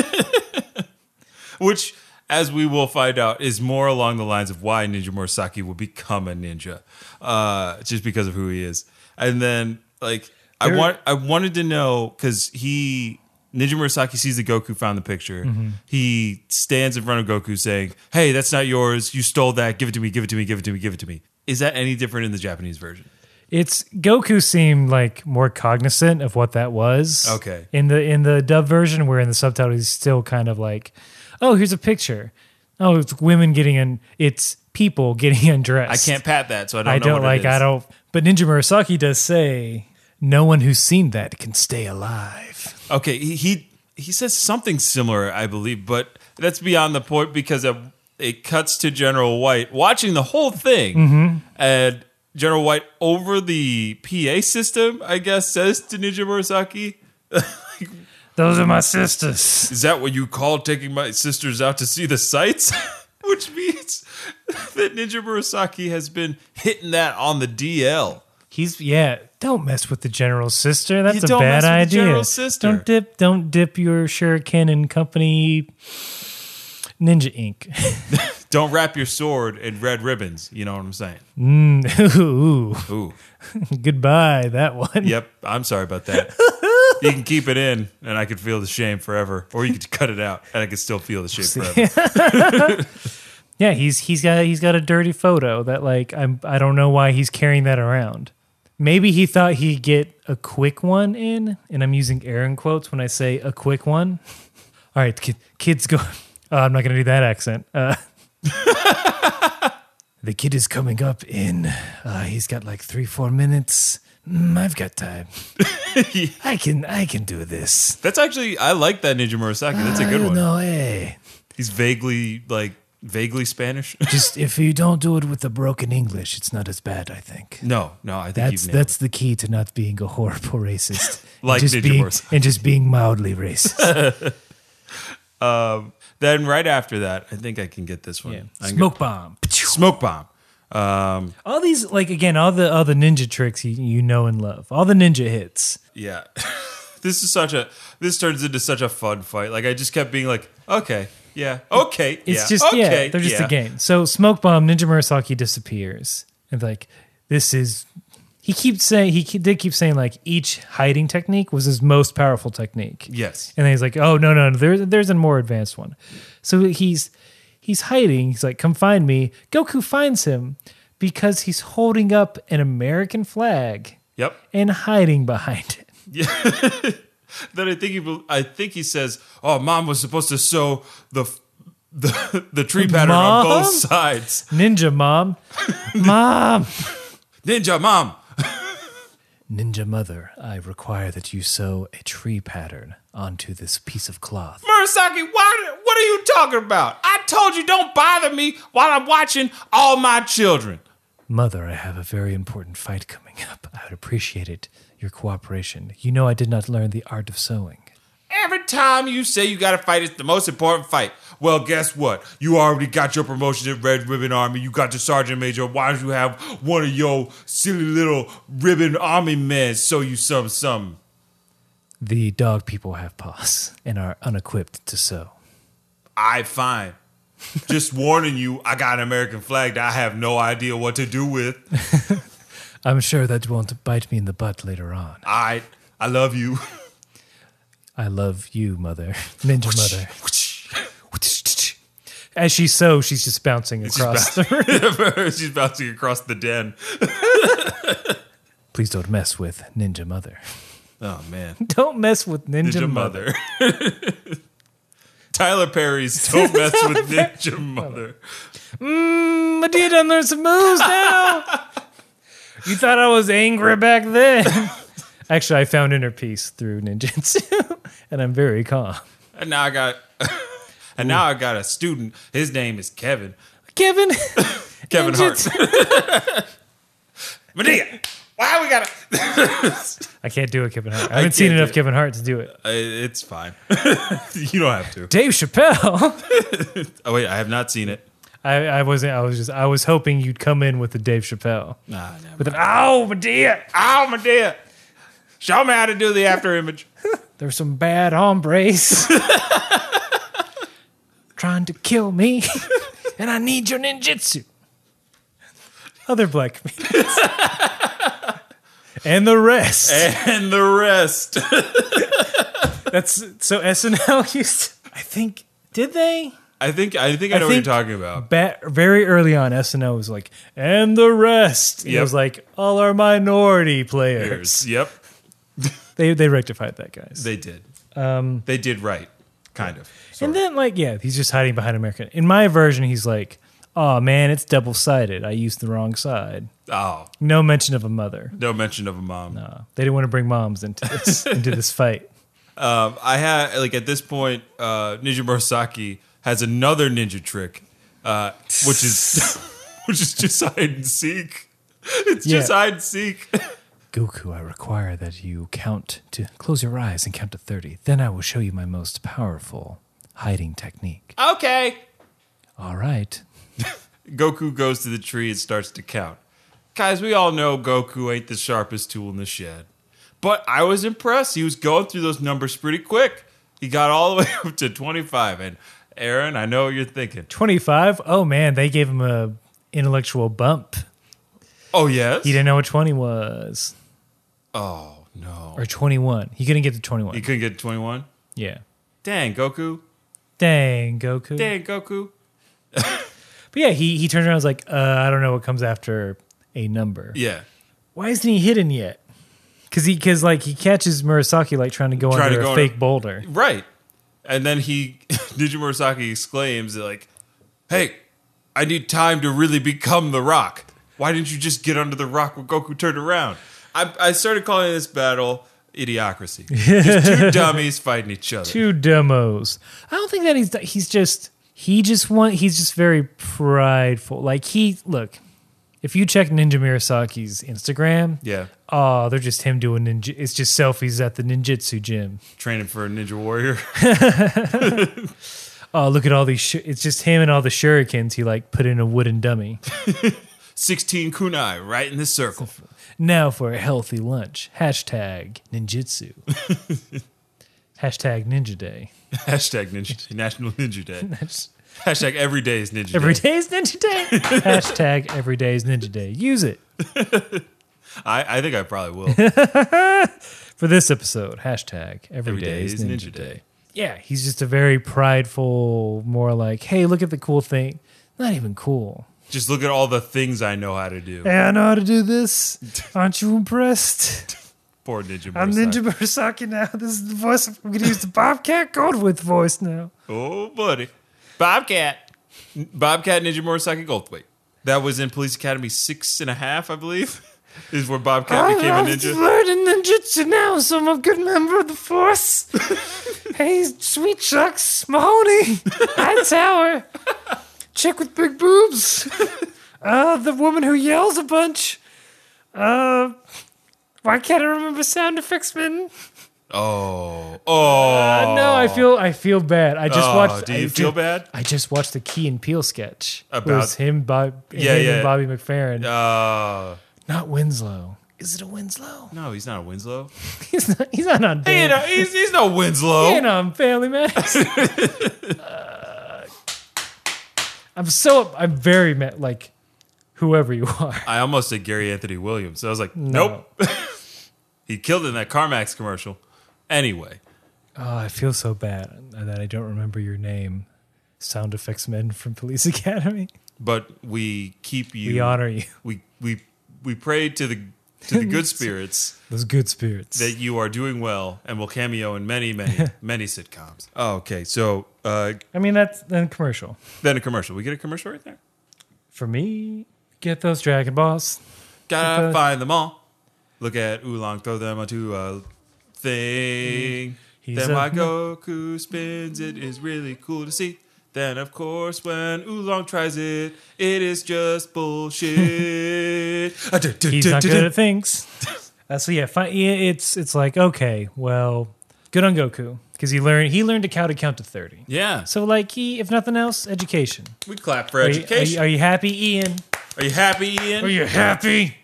B: which as we will find out is more along the lines of why ninja murasaki will become a ninja uh, just because of who he is and then like i
A: There-
B: want i wanted to know because he ninja murasaki sees that goku found the picture
A: Mm-hmm.
B: he stands in front of goku saying hey that's not yours you stole that give it to me give it to me give it to me give it to me is that any different in the japanese version
A: it's Goku seemed like more cognizant of what that was.
B: Okay.
A: In the in the dub version, where in the subtitle he's still kind of like, oh, here's a picture. Oh, it's women getting un. It's people getting
B: i
A: undressed.
B: can't pat that so i don't
A: I
B: know
A: don't,
B: what it
A: like.
B: is.
A: I don't. But Ninja Murasaki does say, no one who's seen that can stay alive.
B: Okay, he he, he says something similar, I believe, but that's beyond the point because it, it cuts to General White watching the whole thing, and General White over the PA system, I guess, says to Ninja Murasaki,
A: Those are my sisters.
B: "Is that what you call taking my sisters out to see the sights?" Which means that Ninja Murasaki has been hitting that on the DL.
A: He's yeah. Don't mess with the general's sister. That's a
B: don't
A: bad
B: mess with the
A: idea.
B: general's sister.
A: Don't dip. Don't dip your shuriken and company ninja ink.
B: Don't wrap your sword in red ribbons. You know what I'm saying?
A: Ooh,
B: Ooh.
A: goodbye that one.
B: Yep. I'm sorry about that. You can keep it in, and I could feel the shame forever, or you could cut it out, and I could still feel the shame forever.
A: Yeah, he's he's got he's got a dirty photo that like I'm I don't know why he's carrying that around. Maybe he thought he'd get a quick one in, and I'm using air in quotes when I say a quick one. All right, kid, kids go. Uh, I'm not gonna do that accent. Uh, the kid is coming up in. Uh, he's got like three four minutes. Mm, I've got time. I can I can do this.
B: That's actually I like that Ninja Murasaki. That's a
A: I
B: good
A: don't
B: one.
A: know, hey.
B: He's vaguely like vaguely Spanish.
A: Just if you don't do it with a broken English, it's not as bad. I think.
B: no, no, I think
A: That's
B: you've nailed
A: that's the key to not being a horrible racist.
B: Like
A: just
B: Ninja
A: being,
B: Warrior.
A: and just being mildly racist.
B: it. Then right after that, I think I can get this one. I can go-
A: Smoke bomb.
B: smoke bomb. Um,
A: All these like again, all the all the ninja tricks you, you know and love. All the ninja hits.
B: yeah. this is such a this turns into such a fun fight. Like I just kept being like, okay, yeah, okay,
A: It's
B: yeah,
A: just
B: okay,
A: yeah, they're just
B: yeah.
A: a game. So smoke bomb, Ninja Murasaki disappears. And like this is he keeps saying he ke- did keep saying like each hiding technique was his most powerful technique.
B: Yes.
A: And then he's like, "Oh no, no, no, there's there's a more advanced one." So he's he's hiding. He's like, "Come find me." Goku finds him because he's holding up an American flag
B: Yep.
A: and hiding behind it.
B: Then I think he bel- I think he says, "Oh, mom was supposed to sew the f- the the tree pattern on
A: Mom?
B: both sides."
A: Ninja mom, mom,
B: Ninja mom.
A: ninja mother. I require that you sew a tree pattern onto this piece of cloth.
B: Murasaki, why, what are you talking about? I told you don't bother me while I'm watching all my children.
A: Mother, I have a very important fight coming up. I would appreciate it your cooperation. You know I did not learn the art of sewing.
B: Every time you say you got to fight, it's the most important fight. Well, guess what? You already got your promotion at Red Ribbon Army. You got your sergeant major. Why don't you have one of your silly little ribbon army men sew you some something?
A: The dog people have paws and are unequipped to sew.
B: I fine. Just warning you, I got an American flag that I have no idea what to do with.
A: I'm sure that won't bite me in the butt later on.
B: I I love you.
A: I love you, mother. Ninja mother. As she sews, she's just bouncing across the room.
B: She's bouncing across the den.
A: Please don't mess with Ninja Mother.
B: Oh man.
A: Don't mess with Ninja,
B: Ninja
A: mother.
B: Mother. Tyler Perry's Don't Mess with Ninja Mother.
A: My dear, done learned some moves now. you thought I was angry back then. Actually, I found inner peace through ninjutsu, and I'm very calm.
B: And now I got and now I got a student. His name is Kevin.
A: Kevin,
B: Kevin Hart.
A: ninjutsu-
B: Medea! Why we gotta
A: I can't do it, Kevin Hart. I haven't seen
B: can't do
A: enough
B: it.
A: Kevin Hart to do it.
B: Uh, It's fine. you don't have to.
A: Dave Chappelle.
B: Oh wait, I have not seen it.
A: I, I wasn't. I was just. I was hoping you'd come in with the Dave Chappelle.
B: Nah, never.
A: With an oh, my dear,
B: Oh Medea! Show me how to do the after image.
A: there's some bad hombres trying to kill me, and I need your ninjutsu. Other black comedians. and the rest.
B: And the rest.
A: That's so SNL used. to- I think did they?
B: I think I think I know what you're
A: think-
B: talking about.
A: Ba- very early on, SNL was like, and the rest. It
B: Yep.
A: was like all our minority players.
B: Yep.
A: They they rectified that, guys.
B: They did. Um, they did right, kind of.
A: And then, like, yeah, he's just hiding behind America. In my version, he's like, oh man, it's double sided. I used the wrong side.
B: Oh,
A: No mention of a mother.
B: no mention of a mom.
A: Uh, they didn't want to bring moms into this into this fight.
B: Um, I had like at this point, uh, Ninja Murasaki has another ninja trick, uh, which is which is just hide and seek. It's just
A: Yeah.
B: hide and seek.
A: Goku, I require that you count to close your eyes and count to 30. Then I will show you my most powerful hiding technique.
B: okay.
A: All right.
B: Goku goes to the tree and starts to count. Guys, we all know Goku ain't the sharpest tool in the shed. But I was impressed. He was going through those numbers pretty quick. He got all the way up to 25 and Aaron, I know what you're thinking.
A: 25? Oh man, they gave him a intellectual bump.
B: Oh, yes?
A: He didn't know what 20 was
B: Oh, no.
A: or 21. He couldn't get to 21.
B: You couldn't get 21?
A: yeah.
B: Dang, Goku.
A: Dang, Goku.
B: Dang, Goku.
A: But yeah, he he turns around and was like, uh, I don't know what comes after a number.
B: Yeah.
A: Why isn't he hidden yet? Cause he cause like he catches Murasaki like trying to go
B: Trying to
A: under
B: go
A: a
B: under-
A: fake boulder.
B: Right. And then he, Ninja Murasaki exclaims, like, hey, I need time to really become the rock. Why didn't you just get under the rock when Goku turned around? I, I started calling this battle idiocracy. Just two dummies fighting each other.
A: Two demos. I don't think that he's he's just he just want he's just very prideful. Like he look, if you check Ninja Murasaki's Instagram,
B: Yeah.
A: Oh, they're just him doing ninja. It's just selfies at the ninjutsu gym.
B: Training for a Ninja Warrior.
A: Oh, look at all these. Sh- it's just him and all the shurikens he like put in a wooden dummy.
B: 16 kunai right in the circle.
A: now for a healthy lunch. Hashtag ninjutsu. Hashtag ninja day.
B: Hashtag Ninja Day, National Ninja Day.
A: That's
B: Hashtag every day is Ninja
A: every
B: Day.
A: day is ninja day. Hashtag every day is ninja day. Use it
B: I, I think I probably will.
A: for this episode. Hashtag
B: Every
A: day is ninja day.
B: Day.
A: yeah, he's just a very prideful, more like, hey, look at the cool thing. Not even cool.
B: Just look at all the things I know how to do.
A: Hey, I know how to do this. Aren't you impressed?
B: Poor Ninja
A: I'm
B: Murasaki.
A: Ninja Murasaki now. This is the voice. I'm going to use the Bobcat Goldthwait voice now.
B: Oh, buddy. Bobcat. Bobcat Ninja Motorcycle Goldthwait. That was in Police Academy six and a half, I believe, is where Bobcat became a
A: I'm
B: ninja.
A: learning ninjutsu now, so I'm a good member of the force. hey, sweet chucks, Mahoney, Hightower, chick with big boobs, uh, the woman who yells a bunch. Uh, why can't I remember sound effects, man?
B: Oh. Oh.
A: Uh, no, I feel I feel bad. I just
B: Oh,
A: watched.
B: do
A: I
B: you feel
A: ju-
B: bad?
A: I just watched the Key and Peel sketch. It
B: About-
A: was him, Bob,
B: Yeah,
A: him
B: yeah.
A: and Bobby McFerrin.
B: Uh,
A: Not Winslow. Is it a Winslow?
B: no, he's not a Winslow.
A: He's not. He's not on.
B: He
A: Band.
B: ain't a- he's, he's no Winslow.
A: Ain't on Family Matters. Uh, I'm so. I'm very mad. Like whoever you are.
B: I almost said Gary Anthony Williams. So I was like,
A: No.
B: nope. he killed it in that CarMax commercial. Anyway,
A: Oh, I feel so bad that I don't remember your name. Sound effects men from Police Academy.
B: but we keep you.
A: We honor you.
B: We we we pray to the to the good spirits
A: Those good spirits.
B: that you are doing well and will cameo in many, many, many sitcoms. Oh, okay. So uh,
A: I mean, that's then commercial.
B: then a commercial. We get a commercial right there.
A: For me, get those Dragon Balls.
B: Gotta
A: Okay.
B: find them all. Look at Oolong, throw them onto a thing.
A: He's
B: then
A: a-
B: why Goku spins it is really cool to see. Then of course when Oolong tries it, it is just bullshit.
A: He's not good at things. Uh, so yeah, fi- yeah, it's it's like okay, well, good on Goku because he learned he learned to count to count to thirty.
B: Yeah.
A: So like he, if nothing else, education.
B: We clap for
A: Are you- Are you,
B: education.
A: are you happy, Ian?
B: Are you happy, Ian?
A: you happy?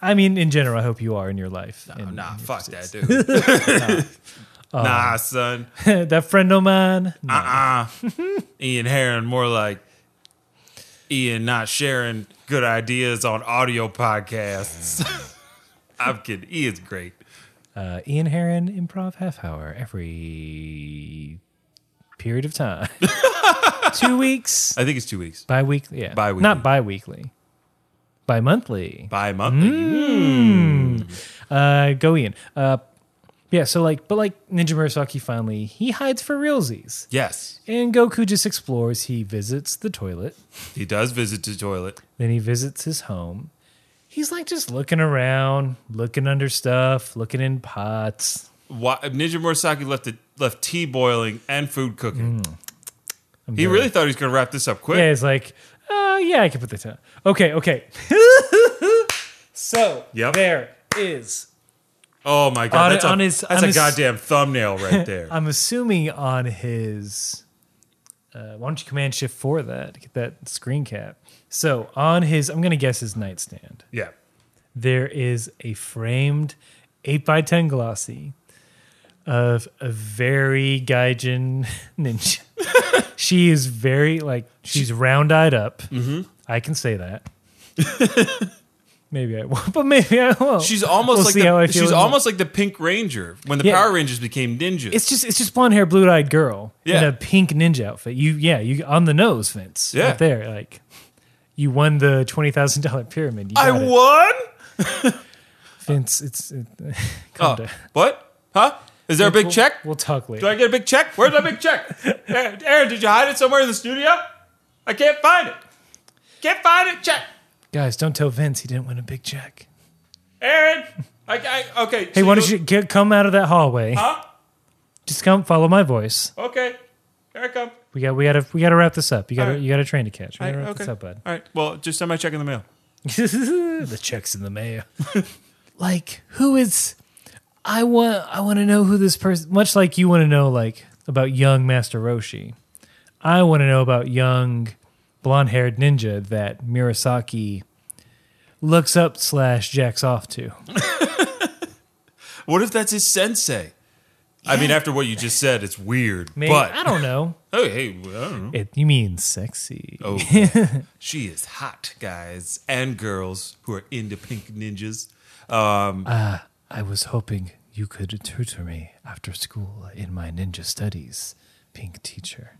A: I mean, in general, I hope you are in your life.
B: Oh,
A: And-
B: nah,
A: and your
B: fuck that,
A: pursuits.
B: dude.
A: Uh,
B: nah, son.
A: that friend of mine.
B: Uh uh Ian Heron, more like Ian not sharing good ideas on audio podcasts. I'm kidding. Ian's great.
A: Uh, Ian Heron improv half hour every period of time. Two weeks.
B: I think it's two weeks.
A: Bi-weekly, yeah.
B: Bi-weekly.
A: Not bi-weekly. Bi-monthly.
B: Bi monthly.
A: Mm-hmm. Uh, go Ian. Uh, yeah, so like, but like Ninja Murasaki finally, he hides for realsies.
B: Yes.
A: And Goku just explores. He visits the toilet.
B: He does visit the toilet.
A: Then he visits his home. He's like just looking around, looking under stuff, looking in pots.
B: Why, Ninja Murasaki left it left tea boiling and food cooking.
A: Mm. I'm
B: He
A: very-
B: really thought he was gonna wrap this up quick.
A: Yeah, he's like, uh, yeah, I can put this down. Okay, okay. so
B: Yep.
A: there is
B: Oh my god,
A: On-
B: that's, a,
A: on his-
B: that's
A: on
B: a
A: his-
B: goddamn thumbnail right there.
A: I'm assuming on his. Uh, why don't you command shift for that? Get that screen cap. So on his, I'm gonna guess his nightstand.
B: yeah.
A: There is a framed eight by ten glossy of a very gaijin ninja. she is very like she's round eyed up. Mm-hmm. I can say that. maybe I won't, but maybe I won't.
B: She's almost
A: We'll
B: like
A: see how I
B: the,
A: feel
B: she's
A: in a-
B: almost like the Pink Ranger when the
A: Yeah.
B: Power Rangers became ninjas.
A: it's just it's just blonde hair, blue eyed girl in
B: Yeah.
A: a pink ninja outfit. You yeah you on the nose, Vince.
B: Yeah.
A: right there like you won the twenty thousand dollar pyramid. You
B: I
A: got it.
B: won.
A: Vince. It's it,
B: Oh,
A: calm down.
B: what? Huh? Is there a big
A: We'll-
B: check?
A: We'll talk later.
B: Do I get a big check? Where's my big check? Aaron, Aaron, did you hide it somewhere in the studio? I can't find it. Can't find it. Check.
A: Guys, don't tell Vince he didn't win a big check.
B: Aaron. I, I, okay.
A: Hey, why don't you get, come out of that hallway?
B: Huh?
A: Just come, follow my voice.
B: Okay. Here I come.
A: We got, we got to, we got to wrap this up. You got, to
B: All right.
A: you got a train to catch. We got
B: All
A: to
B: right,
A: wrap
B: okay.
A: this up, bud.
B: All right. Well, just send my check in the mail.
A: the checks in the mail. like, who is? I want, I want to know who this person. Much like you want to know, like about young Master Roshi. I want to know about young blonde-haired ninja that Murasaki looks up slash jacks off to.
B: What if that's his sensei? I mean, after what you just said, it's weird.
A: Maybe
B: but
A: I don't know.
B: Oh, hey, I don't know.
A: It, you mean sexy?
B: Oh, she is hot, guys and girls who are into pink ninjas.
A: I was hoping you could tutor me after school in my ninja studies, pink teacher.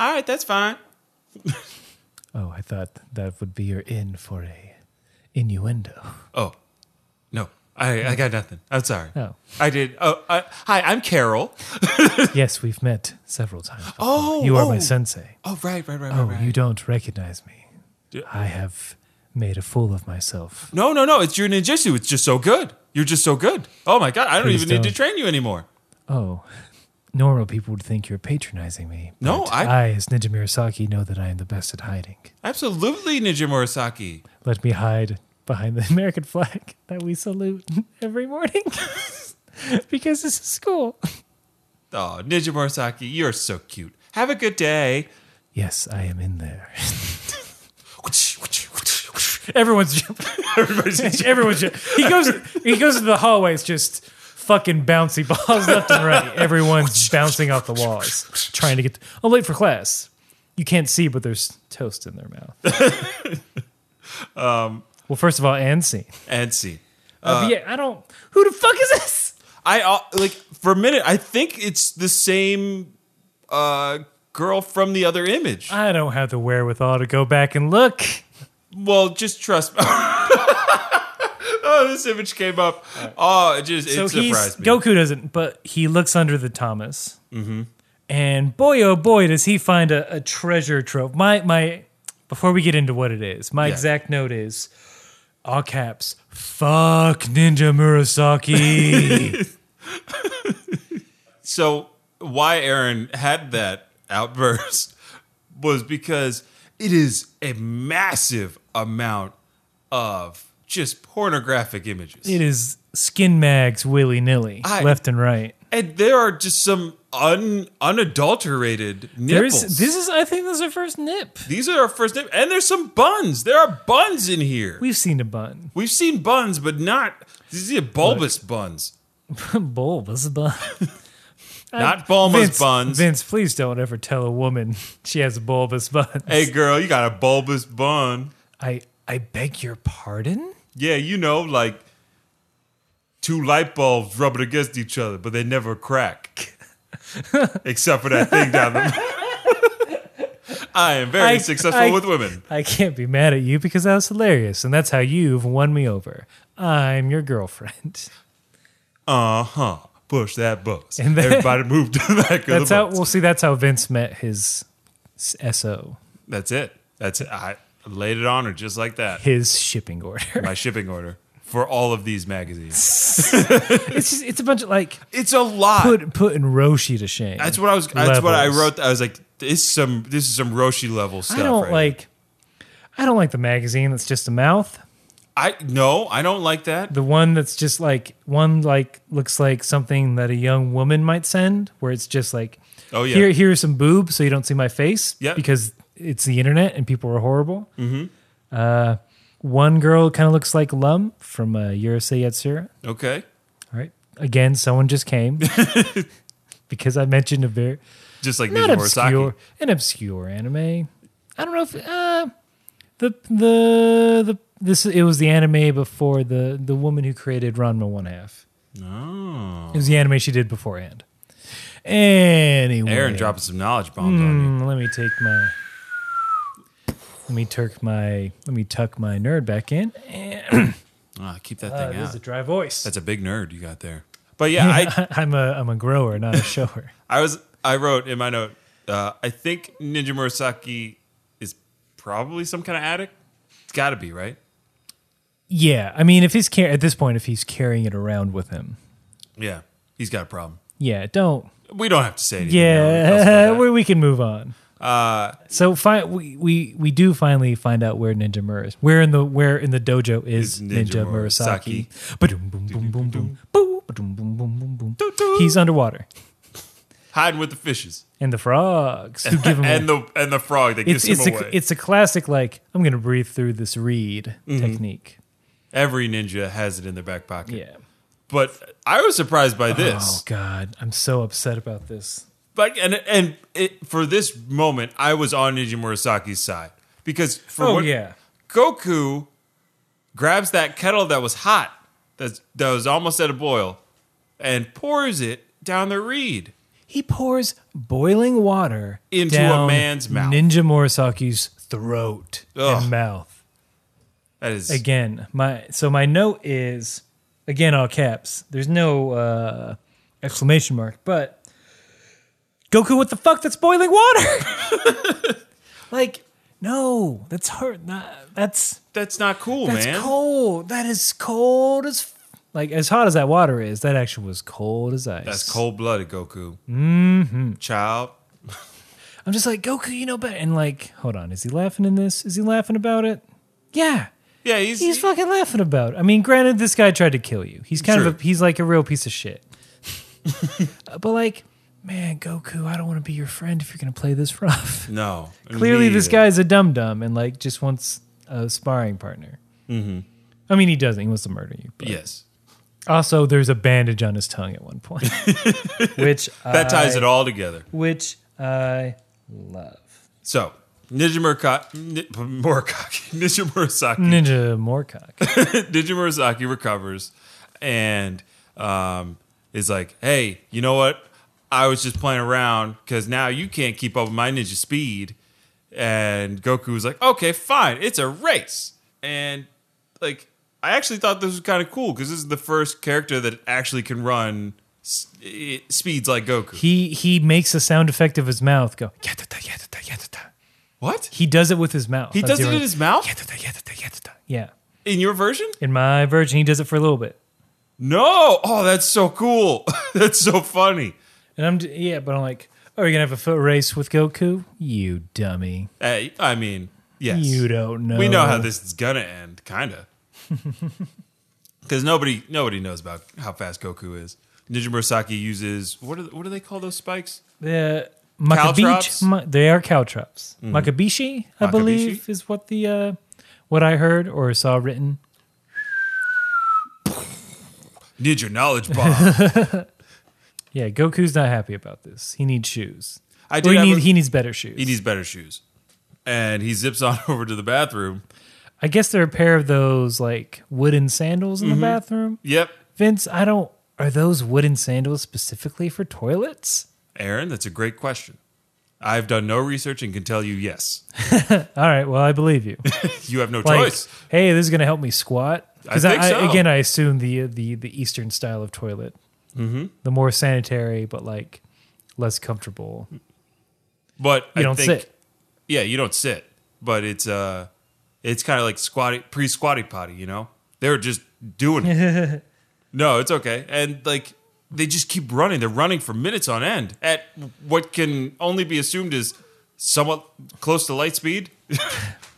B: All right, that's fine.
A: Oh, I thought that would be your in for a innuendo.
B: Oh, no, I, I got nothing. I'm sorry.
A: Oh.
B: I did. Oh, I, hi, I'm Carol.
A: yes, we've met several times. before.
B: Oh,
A: you are
B: oh.
A: my sensei.
B: Oh, right, right, right,
A: Oh,
B: right.
A: you
B: right.
A: don't recognize me.
B: D-
A: I have made a fool of myself.
B: No, no, no. It's your ninjutsu. It's just so good. You're just so good. Oh my god, I don't
A: Please
B: even need to
A: don't.
B: train you anymore.
A: Oh, normal people would think you're patronizing me.
B: No,
A: but
B: I-
A: I, as Ninja Murasaki, know that I am the best at hiding.
B: Absolutely, Ninja Murasaki.
A: let me hide behind the American flag that we salute every morning because this is school.
B: Oh, Ninja Murasaki, you're so cute. Have a good day.
A: Yes, I am in there. Everyone's jumping.
B: Everybody's in
A: Everyone's jumping. He goes. He goes to the hallways just fucking bouncy balls left and right. Everyone's bouncing off the walls trying to get. I'm late for class. You can't see, but there's toast in their mouth. well, first of all, and scene.
B: and see.
A: Uh, but yeah, I don't. Who the fuck is this?
B: I uh, like for a minute. I think it's the same uh, girl from the other image.
A: I don't have the wherewithal to go back and look.
B: well, just trust me. oh, this image came up. Oh, it just
A: So
B: it
A: he's
B: surprised me. Mm-hmm.
A: Goku doesn't, but he looks under the Thomas, and boy oh boy does he find a, a treasure trove. My my, before we get into what it is, my
B: Yeah.
A: exact note is all caps. Fuck Ninja Murasaki.
B: so why Aaron had that outburst was because it is a massive amount of just pornographic images.
A: it is skin mags willy nilly
B: I-
A: left and right.
B: And there are just some un unadulterated nipples.
A: There's this is I think this is our first nip.
B: These are our first name, and there's some buns. There are buns in here.
A: We've seen a bun,
B: We've seen buns, but not these are bulbous buns,
A: bulbous bun.
B: not Bulma's buns.
A: Uh, Vince, please don't ever tell a woman she has bulbous buns.
B: Hey, girl, you got a bulbous bun.
A: I I beg your pardon?
B: Yeah, you know, like two light bulbs rubbing against each other, but they never crack, except for that thing down the. middle. I am very
A: I-
B: successful
A: I-
B: with women.
A: I can't be mad at you because that was hilarious, and that's how you've won me over. I'm your girlfriend.
B: Uh huh. Push that bus.
A: And then-
B: Everybody move to the back of
A: That's
B: the
A: how
B: bus.
A: well see that's how Vince met his s- SO,
B: That's it. That's it. I laid it on her just like that.
A: his shipping order.
B: my shipping order for all of these magazines.
A: it's just it's a bunch of like
B: It's a lot.
A: put putting Roshi to shame.
B: that's what I was. That's what I
A: levels.
B: wrote. I was like, this is some. This is some Roshi level stuff.
A: I don't
B: right
A: like I don't like the magazine that's just a mouth.
B: I no. I don't like that.
A: The one that's just like one like looks like something that a young woman might send, where it's just like,
B: Oh, yeah.
A: here here's some boob, so you don't see my face,
B: Yeah.
A: because it's the internet and people are horrible. Mm-hmm. Uh, one girl kind of looks like Lum from uh, Yurusei Yatsura.
B: Okay.
A: All right, again, someone just came because I mentioned a very
B: just like
A: not
B: Ninja
A: obscure,
B: Horasaki.
A: an obscure anime. I don't know if uh, the the the this it was the anime before the the woman who created Ranma One Half.
B: Oh.
A: It was the anime she did beforehand. Anyway,
B: Aaron dropping some knowledge bombs on
A: Mm, let me take my. Let me tuck my. Let me tuck my nerd back in. And,
B: you. Ah, keep that
A: uh,
B: thing
A: this
B: out.
A: is a dry voice.
B: That's a big nerd you got there. But yeah, I,
A: I'm a I'm a grower, not a shower.
B: I was I wrote in my note. Uh, I think Ninja Murasaki is probably some kind of addict. It's got to be right.
A: yeah, I mean, if he's car- at this point, if he's carrying it around with him,
B: Yeah, he's got a problem.
A: yeah, don't.
B: We don't have to say anything. else
A: Yeah,
B: about that.
A: we, we can move on. Uh, so fi- we, we we do finally find out where Ninja Mur is. Where in the where in the dojo is
B: Is Ninja
A: Ninja,
B: Murasaki.
A: Murasaki? Ba-dum, boom, boom, boom, boom. Boo, ba-dum, boom, boom, boom, boom. He's underwater,
B: hiding with the fishes
A: and the frogs who give him. a-
B: and the and the frog that
A: it's
B: gives
A: it's
B: him
A: a
B: away.
A: it's a classic like I'm gonna breathe through this reed
B: Mm-hmm.
A: technique.
B: Every ninja has it in their back pocket.
A: Yeah.
B: But I was surprised by
A: Oh
B: this.
A: God, I'm so upset about this.
B: Like and and it, for this moment, I was on Ninja Murasaki's side because for
A: Oh
B: what,
A: yeah,
B: Goku grabs that kettle that was hot, that's, that was almost at a boil, and pours it down the reed.
A: he pours boiling water
B: Into a
A: down
B: man's mouth.
A: Ninja Morisaki's throat
B: Ugh.
A: and mouth.
B: That is
A: Again, my so my note is again all caps. There's no uh, exclamation mark, but Goku, what the fuck? That's boiling water. like, no, that's hurt. Not, that's
B: that's not cool,
A: that's
B: man.
A: cold. That is cold as f- like as hot as that water is. That actually was cold as ice.
B: That's cold blooded, Goku. Mm-hmm. Child,
A: I'm just like, Goku, you know better. And like, hold on, is he laughing in this? Is he laughing about it? Yeah.
B: yeah, he's,
A: He's fucking laughing about it. I mean, granted, this guy tried to kill you. He's kind
B: True.
A: of a, he's like a real piece of shit. Uh, but like, man, Goku, I don't want to be your friend if you're gonna play this rough.
B: no.
A: Clearly, this
B: neither.
A: guy's a dum dum and like just wants a sparring partner. Mm-hmm. I mean, he doesn't. He wants to murder you. But
B: Yes,
A: Also, there's a bandage on his tongue at one point, which
B: that ties
A: I-
B: it all together.
A: Which I love.
B: So Ninja Murka- Ni- Murakaki, Ninja Murasaki,
A: Ninja Moorcock.
B: Ninja Murasaki recovers and um, is like, hey, you know what? I was just playing around because now you can't keep up with my ninja speed. And Goku was like, okay, fine. It's a race. And like, I actually thought this was kind of cool because this is the first character that actually can run s- i- speeds like Goku.
A: He he makes a sound effect of his mouth go yatata yatata yatata.
B: what?
A: He does it with his mouth.
B: He
A: That's
B: does
A: the
B: it in
A: only-
B: his mouth?
A: yatata yatata yatata. Yeah.
B: In your version?
A: In my version, he does it for a little bit,
B: No. Oh, that's so cool. that's so funny.
A: and I'm d- yeah, but I'm like, oh, you're gonna have a foot race with Goku? You dummy!
B: Hey, I mean, yes.
A: You don't know.
B: We know how this is gonna end, kind of. Because nobody nobody knows about how fast Goku is. Ninja Murasaki uses what are what do they call those spikes?
A: The Makabish,
B: Caltrops? Mm.
A: ma- they are caltrops. Makabishi, I
B: Makabishi?
A: believe, is what the uh, what I heard or saw written.
B: Ninja knowledge bomb.
A: Yeah, Goku's not happy about this. He needs shoes.
B: I
A: Or
B: did.
A: he,
B: have
A: need,
B: a-
A: he needs better shoes.
B: he needs better shoes, and he zips on over to the bathroom.
A: I guess there are a pair of those like wooden sandals
B: Mm-hmm.
A: in the bathroom.
B: Yep,
A: Vince, I don't. Are those wooden sandals specifically for toilets?
B: Aaron, that's a great question. I've done no research and can tell you yes.
A: All right. Well, I believe you.
B: You have no
A: Like,
B: choice.
A: hey, this is gonna help me squat. Because
B: I think so.
A: again, I assume the uh, the the Eastern style of toilet, mm-hmm. the more sanitary but like less comfortable. You
B: But I
A: don't
B: think,
A: sit.
B: Yeah, you don't sit, but it's uh, it's kind of like squatty pre squatty potty. You know, they're just doing it. no, it's okay, and like they just keep running. They're running for minutes on end at what can only be assumed is somewhat close to light speed.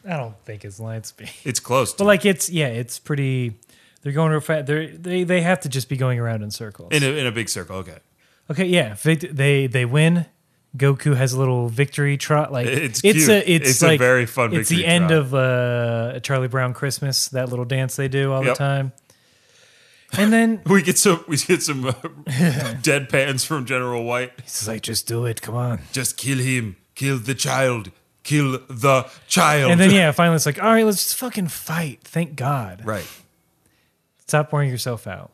A: I don't think it's light speed.
B: It's close,
A: But
B: to,
A: like it's yeah, it's pretty. They're going real fast. They they they have to just be going around in circles.
B: in a, in a big circle. Okay,
A: Okay, yeah, if they they, they win. Goku has a little victory trot. Like
B: It's
A: it's
B: cute.
A: a it's,
B: It's a
A: like,
B: very fun
A: It's the
B: victory
A: end
B: trot.
A: of uh, Charlie Brown Christmas. That little dance they do all
B: Yep.
A: the time. And then
B: We get some. We get some uh, deadpans from General White.
A: it's like, just do it. Come on.
B: Just kill him. Kill the child. Kill the child.
A: And then yeah, finally it's like, all right, let's just fucking fight. Thank God.
B: right.
A: Stop wearing yourself out.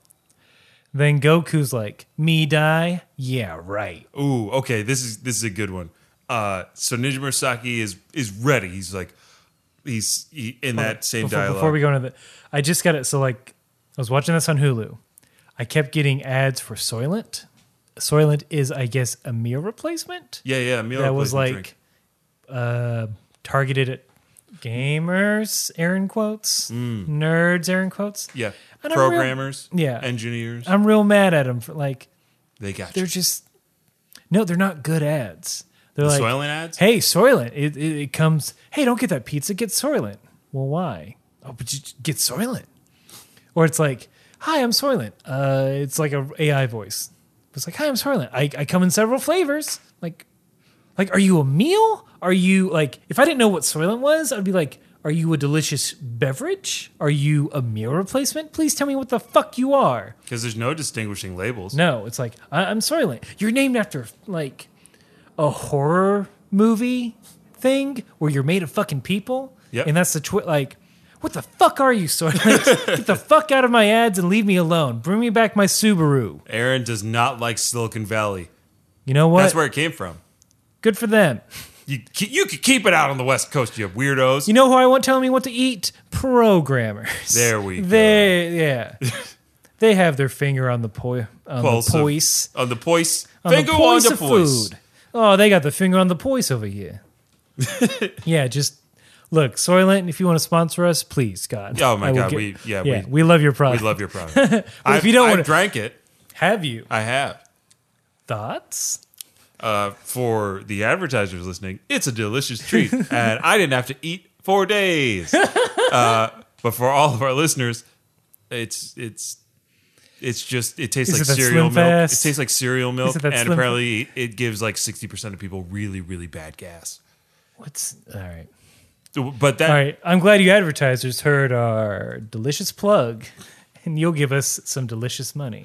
A: Then Goku's like, me die? Yeah, right.
B: Ooh, okay. This is this is a good one. Uh, so Ninja Murasaki is is ready. He's like, he's he, in that same
A: before,
B: dialogue.
A: Before we go into the, I just got it. So like, I was watching this on Hulu. I kept getting ads for Soylent. Soylent is, I guess, a meal replacement
B: yeah, yeah. Meal
A: that was
B: replacement
A: like uh, targeted at gamers, air in quotes, nerds, air in quotes.
B: drink. Mm. yeah,
A: And I'm real-
B: programmers,
A: Yeah.
B: engineers.
A: I'm real mad at them for like
B: they got
A: they're
B: you.
A: just no, they're not good ads. They're like
B: Soylent ads?
A: Hey, Soylent, it, it, it comes. Hey, don't get that pizza. Get Soylent. Well, why? Oh, but you get Soylent. Or it's like, hi, I'm Soylent. Uh, it's like a AI voice. It's like, hi, I'm Soylent. I, I come in several flavors. Like, like, are you a meal? Are you like? If I didn't know what Soylent was, I'd be like, are you a delicious beverage? Are you a meal replacement? Please tell me what the fuck you are.
B: Because there's no distinguishing labels.
A: No, it's like I- I'm Soylent. You're named after like a horror movie thing where you're made of fucking people.
B: Yep.
A: and that's the twit. Like, what the fuck are you, Soylent? Get the fuck out of my ads and leave me alone. Bring me back my Subaru.
B: Aaron does not like Silicon Valley.
A: You know what?
B: That's where it came from.
A: Good for them.
B: You ke- you could keep it out on the West Coast, you weirdos.
A: You know who I want telling me what to eat? Programmers.
B: There we go.
A: They yeah. they have their finger on the poi on
B: Pulse
A: the
B: of-
A: poise.
B: on the poise.
A: on
B: Finger
A: the poise
B: on the
A: of
B: poise.
A: food. Oh, they got the finger on the poise over here. yeah, just look, Soylent. If you want to sponsor us, please, God.
B: Oh my
A: I will
B: God,
A: get-
B: we- yeah,
A: yeah,
B: we-
A: we, love your product.
B: We love your product. I've,
A: you don't
B: I've
A: wanna-
B: drank it.
A: Have you
B: I have.
A: thoughts?
B: Uh, for the advertisers listening, it's a delicious treat, and I didn't have to eat for days. Uh, but for all of our listeners, it's it's it's just it tastes
A: Is it
B: like
A: that
B: cereal milk.
A: Slim
B: It
A: Fast?
B: tastes like cereal milk,
A: it
B: and
A: that Slim-
B: apparently it gives like sixty percent of people really really bad gas.
A: What's all right?
B: But that
A: All right. I'm glad you advertisers heard our delicious plug, and you'll give us some delicious money.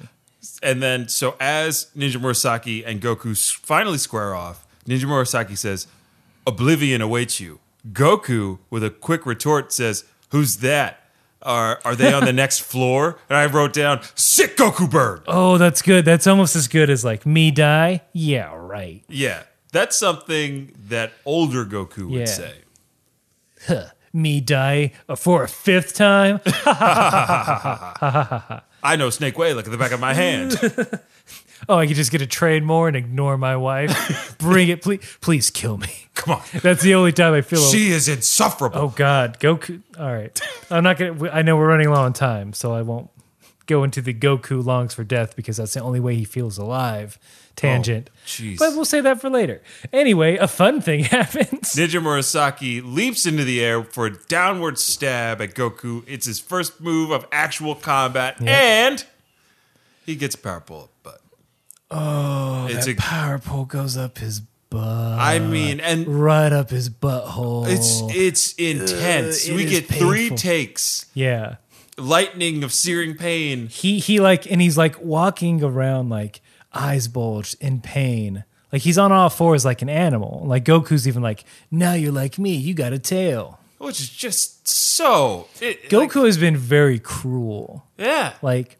B: And then, so as Ninja Murasaki and Goku s- finally square off, Ninja Murasaki says, Oblivion awaits you. Goku, with a quick retort, says, Who's that? Are, are they on the next floor? And I wrote down, Sick Goku Bird.
A: Oh, that's good. That's almost as good as like me die. Yeah, right.
B: Yeah, that's something that older Goku would
A: Yeah.
B: say.
A: Me die for a fifth time.
B: I know Snake Way, look at the back of my hand.
A: Oh, I could just get a trade more and ignore my wife. Bring it, please. Please kill me.
B: Come on.
A: That's the only time I feel.
B: She is insufferable.
A: oh God, Goku. All right, I'm not gonna. I know we're running low on time, so I won't go into the Goku longs for death because that's the only way he feels alive. Tangent.
B: Oh, jeez.
A: but we'll say that for later. Anyway, a fun thing happens.
B: Ninja Murasaki leaps into the air for a downward stab at Goku. It's his first move of actual combat, and he gets a power pull up. But oh, it's a,
A: Power pole goes up his butt,
B: I mean, and
A: right up his butthole.
B: it's it's intense.
A: Uh, it
B: we
A: is
B: get three
A: painful.
B: takes,
A: yeah.
B: lightning of searing pain.
A: he he like and he's like walking around like eyes bulged in pain like he's on all fours like an animal like goku's even like now you're like me you got a tail
B: Which is just so it, like,
A: goku has been very cruel
B: yeah,
A: like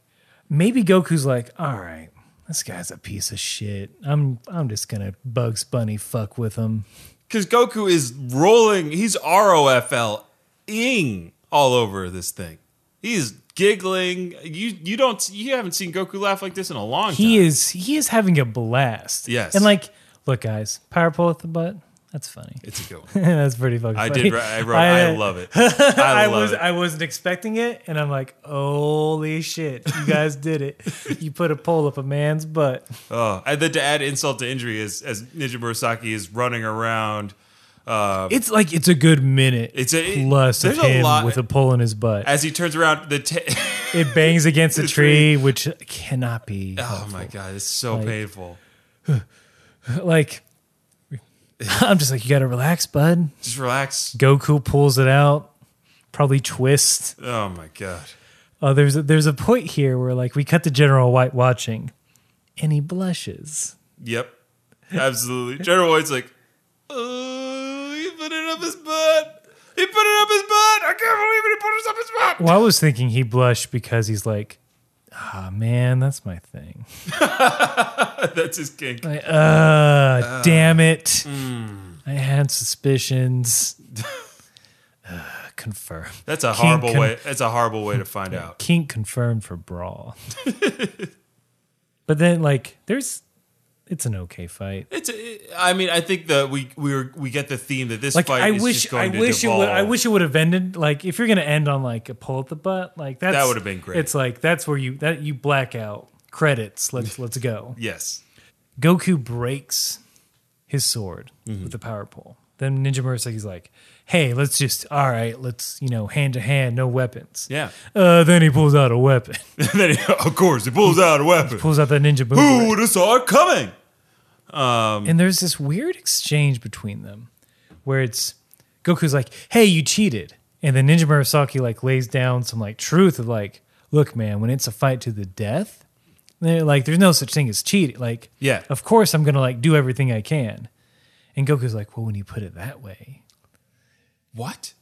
A: maybe goku's like all right this guy's a piece of shit i'm i'm just gonna bugs bunny fuck with him
B: because Goku is rolling. He's R O F L ing all over this thing. He's giggling. You you don't you haven't seen Goku laugh like this in a long time.
A: he is he is having a blast
B: Yes.
A: and like look guys power pull at the butt that's funny
B: It's a good one.
A: that's pretty fucking
B: I
A: funny
B: did. ri- I wrote. I,
A: uh,
B: love it. I,
A: I
B: love
A: was
B: it.
A: I wasn't expecting it, and I'm like, holy shit, you guys did it! You put a pole up a man's butt.
B: oh, and then to add insult to injury, as as Ninja Murasaki is running around,
A: It's like it's a good minute.
B: Um, It's a-
A: plus of
B: there's a
A: him
B: lot-
A: with a pole in his butt.
B: as he turns around, the ta
A: it bangs against a
B: The tree.
A: tree, which cannot be
B: oh my god, it's so
A: Like-
B: painful.
A: like. I'm just like, you gotta relax, bud.
B: Just relax.
A: Goku pulls it out, probably twist.
B: Oh my god.
A: Uh, there's a, there's a point here where like we cut to General White watching, and he blushes.
B: Yep. Absolutely. General White's like, oh, he put it up his butt. He put it up his butt. I can't believe it. He put it up his butt.
A: Well, I was thinking he blushed because he's like, ah man, that's my thing.
B: That's his kink.
A: Like, uh, damn it,
B: Hmm.
A: I had suspicions. Uh, confirm.
B: That's a
A: Kink
B: horrible
A: con-
B: way. That's a horrible way to find out.
A: kink confirmed for brawl. but then like there's it's an okay fight.
B: It's. I mean, I think that we we were, we get the theme that this
A: Like
B: fight
A: I
B: is
A: wish
B: just going
A: I
B: to
A: wish it
B: devolve.
A: would I wish it would have ended like if you're going to end on like a pull at the butt like that's
B: That would have been great.
A: It's like that's where you that you black out credits. Let's let's go.
B: Yes.
A: Goku breaks his sword
B: Mm-hmm.
A: with the power pole. Then Ninja Murasaki's like, "Hey, let's just all right, let's you know hand to hand, no weapons."
B: Yeah.
A: Uh, then he pulls out a weapon.
B: And then, he, of course, he pulls out a weapon.
A: pulls out that ninja boom.
B: Who would have saw it coming?
A: And there's this weird exchange between them where it's Goku's like, hey, you cheated. And then Ninja Murasaki like lays down some like truth of like, look, man, when it's a fight to the death, they're like, there's no such thing as cheating. Like,
B: Yeah.
A: of course I'm gonna like do everything I can. And Goku's like, well, when you put it that way,
B: What?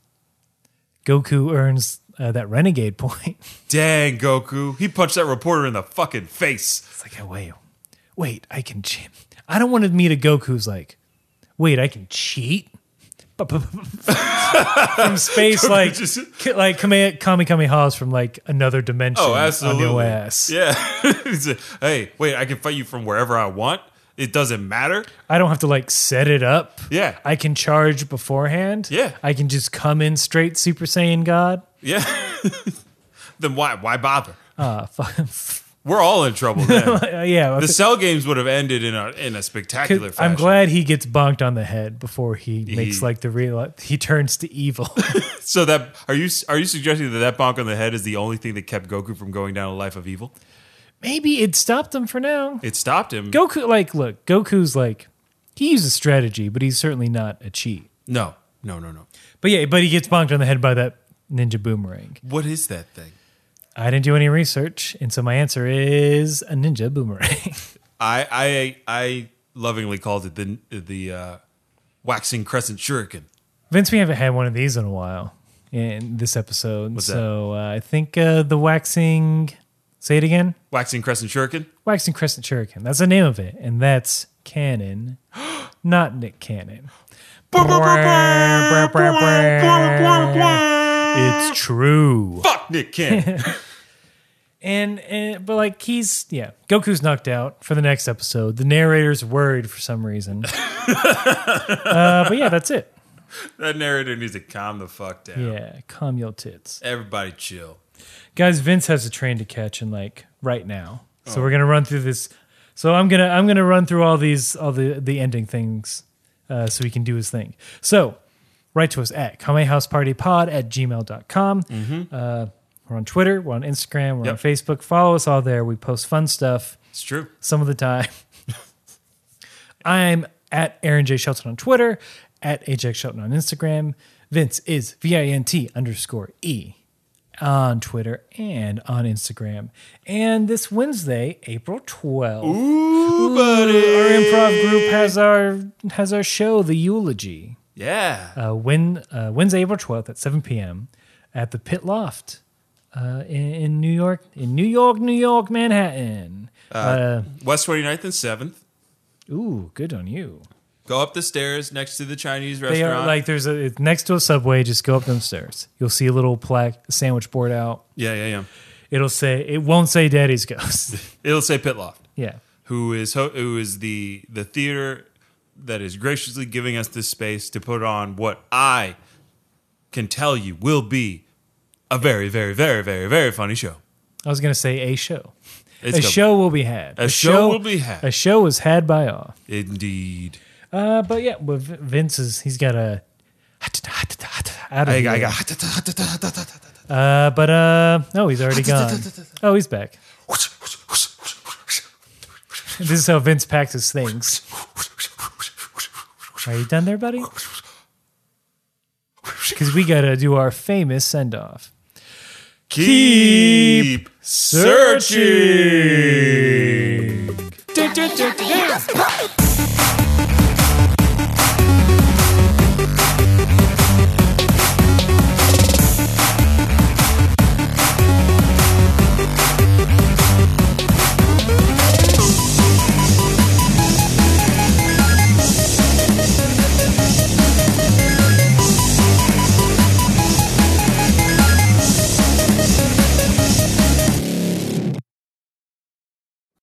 A: Goku earns uh, that renegade point.
B: Dang, Goku! He punched that reporter in the fucking face.
A: It's like, oh, wait, wait, I can cheat. I don't want to meet a Goku who's like, wait, I can cheat? Bu- bu- bu- bu- from space, like,
B: just-
A: ki- like Kame- Kamehameha's from like another dimension
B: Oh, absolutely.
A: on your ass.
B: Yeah. He's like, hey, wait, I can fight you from wherever I want. It doesn't matter.
A: I don't have to like set it up.
B: Yeah.
A: I can charge beforehand.
B: Yeah.
A: I can just come in straight Super Saiyan God.
B: Yeah. then why why bother?
A: Uh, fuck.
B: We're all in trouble then.
A: yeah.
B: the cell games would have ended in a in a spectacular fashion.
A: I'm glad he gets bonked on the head before he makes
B: He-
A: like the real. He turns to evil.
B: So that are you are you suggesting that that bonk on the head is the only thing that kept Goku from going down a life of evil?
A: Maybe it stopped him for now.
B: It stopped him.
A: Goku, like, look, Goku's like, he uses strategy, but he's certainly not a cheat.
B: no. No, no, no.
A: But yeah, but he gets bonked on the head by that ninja boomerang.
B: What is that thing?
A: I didn't do any research, and so my answer is a ninja boomerang.
B: I I I lovingly called it the the uh, waxing crescent shuriken.
A: Vince, we haven't had one of these in a while in this episode.
B: that?
A: so Uh, I think uh, the waxing, say it again,
B: Waxing crescent shuriken?
A: waxing crescent shuriken. That's the name of it, and that's canon, not Nick Cannon. It's true.
B: Fuck Nick Cannon.
A: And, and but like he's yeah, Goku's knocked out for the next episode. The narrator's worried for some reason. uh, but yeah, that's it.
B: that narrator needs to calm the fuck down.
A: Yeah, calm your tits,
B: Everybody chill.
A: guys. Vince has a train to catch and like right now, so we're gonna run through this. So I'm gonna I'm gonna run through all these all the the ending things, uh, so he can do his thing. So write to us at kamehousepartypod at gmail.com. Uh, we're on Twitter, we're on Instagram, we're on
B: Yep.
A: Facebook. Follow us all there. We post fun stuff.
B: It's true.
A: some of the time. I'm at Aaron J. Shelton on Twitter, at Ajax Shelton on Instagram. Vince is V I N T underscore E on Twitter and on Instagram. And this Wednesday, April 12th,
B: Ooh, buddy.
A: our improv group has our has our show, The Eulogy.
B: Yeah.
A: Uh, when, uh, Wednesday, April 12th at 7 p.m. at the Pit Loft uh, in, in New York, in New York, New York, Manhattan.
B: West 29th and 7th.
A: Ooh, good on you.
B: Go up the stairs next to the Chinese
A: They
B: restaurant.
A: are like there's a it's next to a subway. Just go up them stairs. You'll see a little plaque, a sandwich board out.
B: yeah, yeah, yeah.
A: It'll say it won't say Daddy's Ghost.
B: It'll say Pitloft,
A: yeah,
B: who is ho- who is the the theater that is graciously giving us this space to put on what I can tell you will be a very, very, very, very, very funny show.
A: I was gonna say a show.
B: It's
A: a
B: gonna-
A: show will be had.
B: A show will be had.
A: A show is had by all.
B: Indeed.
A: Uh, but yeah, well, V- Vince is he's got a out of
B: I, I
A: here.
B: got.
A: Uh, but uh, no, he's already gone. Oh, he's back. This is how Vince packs his things. Are you done there, buddy? Because we got to do our famous send off.
B: Keep searching.
A: searching.
E: Nothing else but-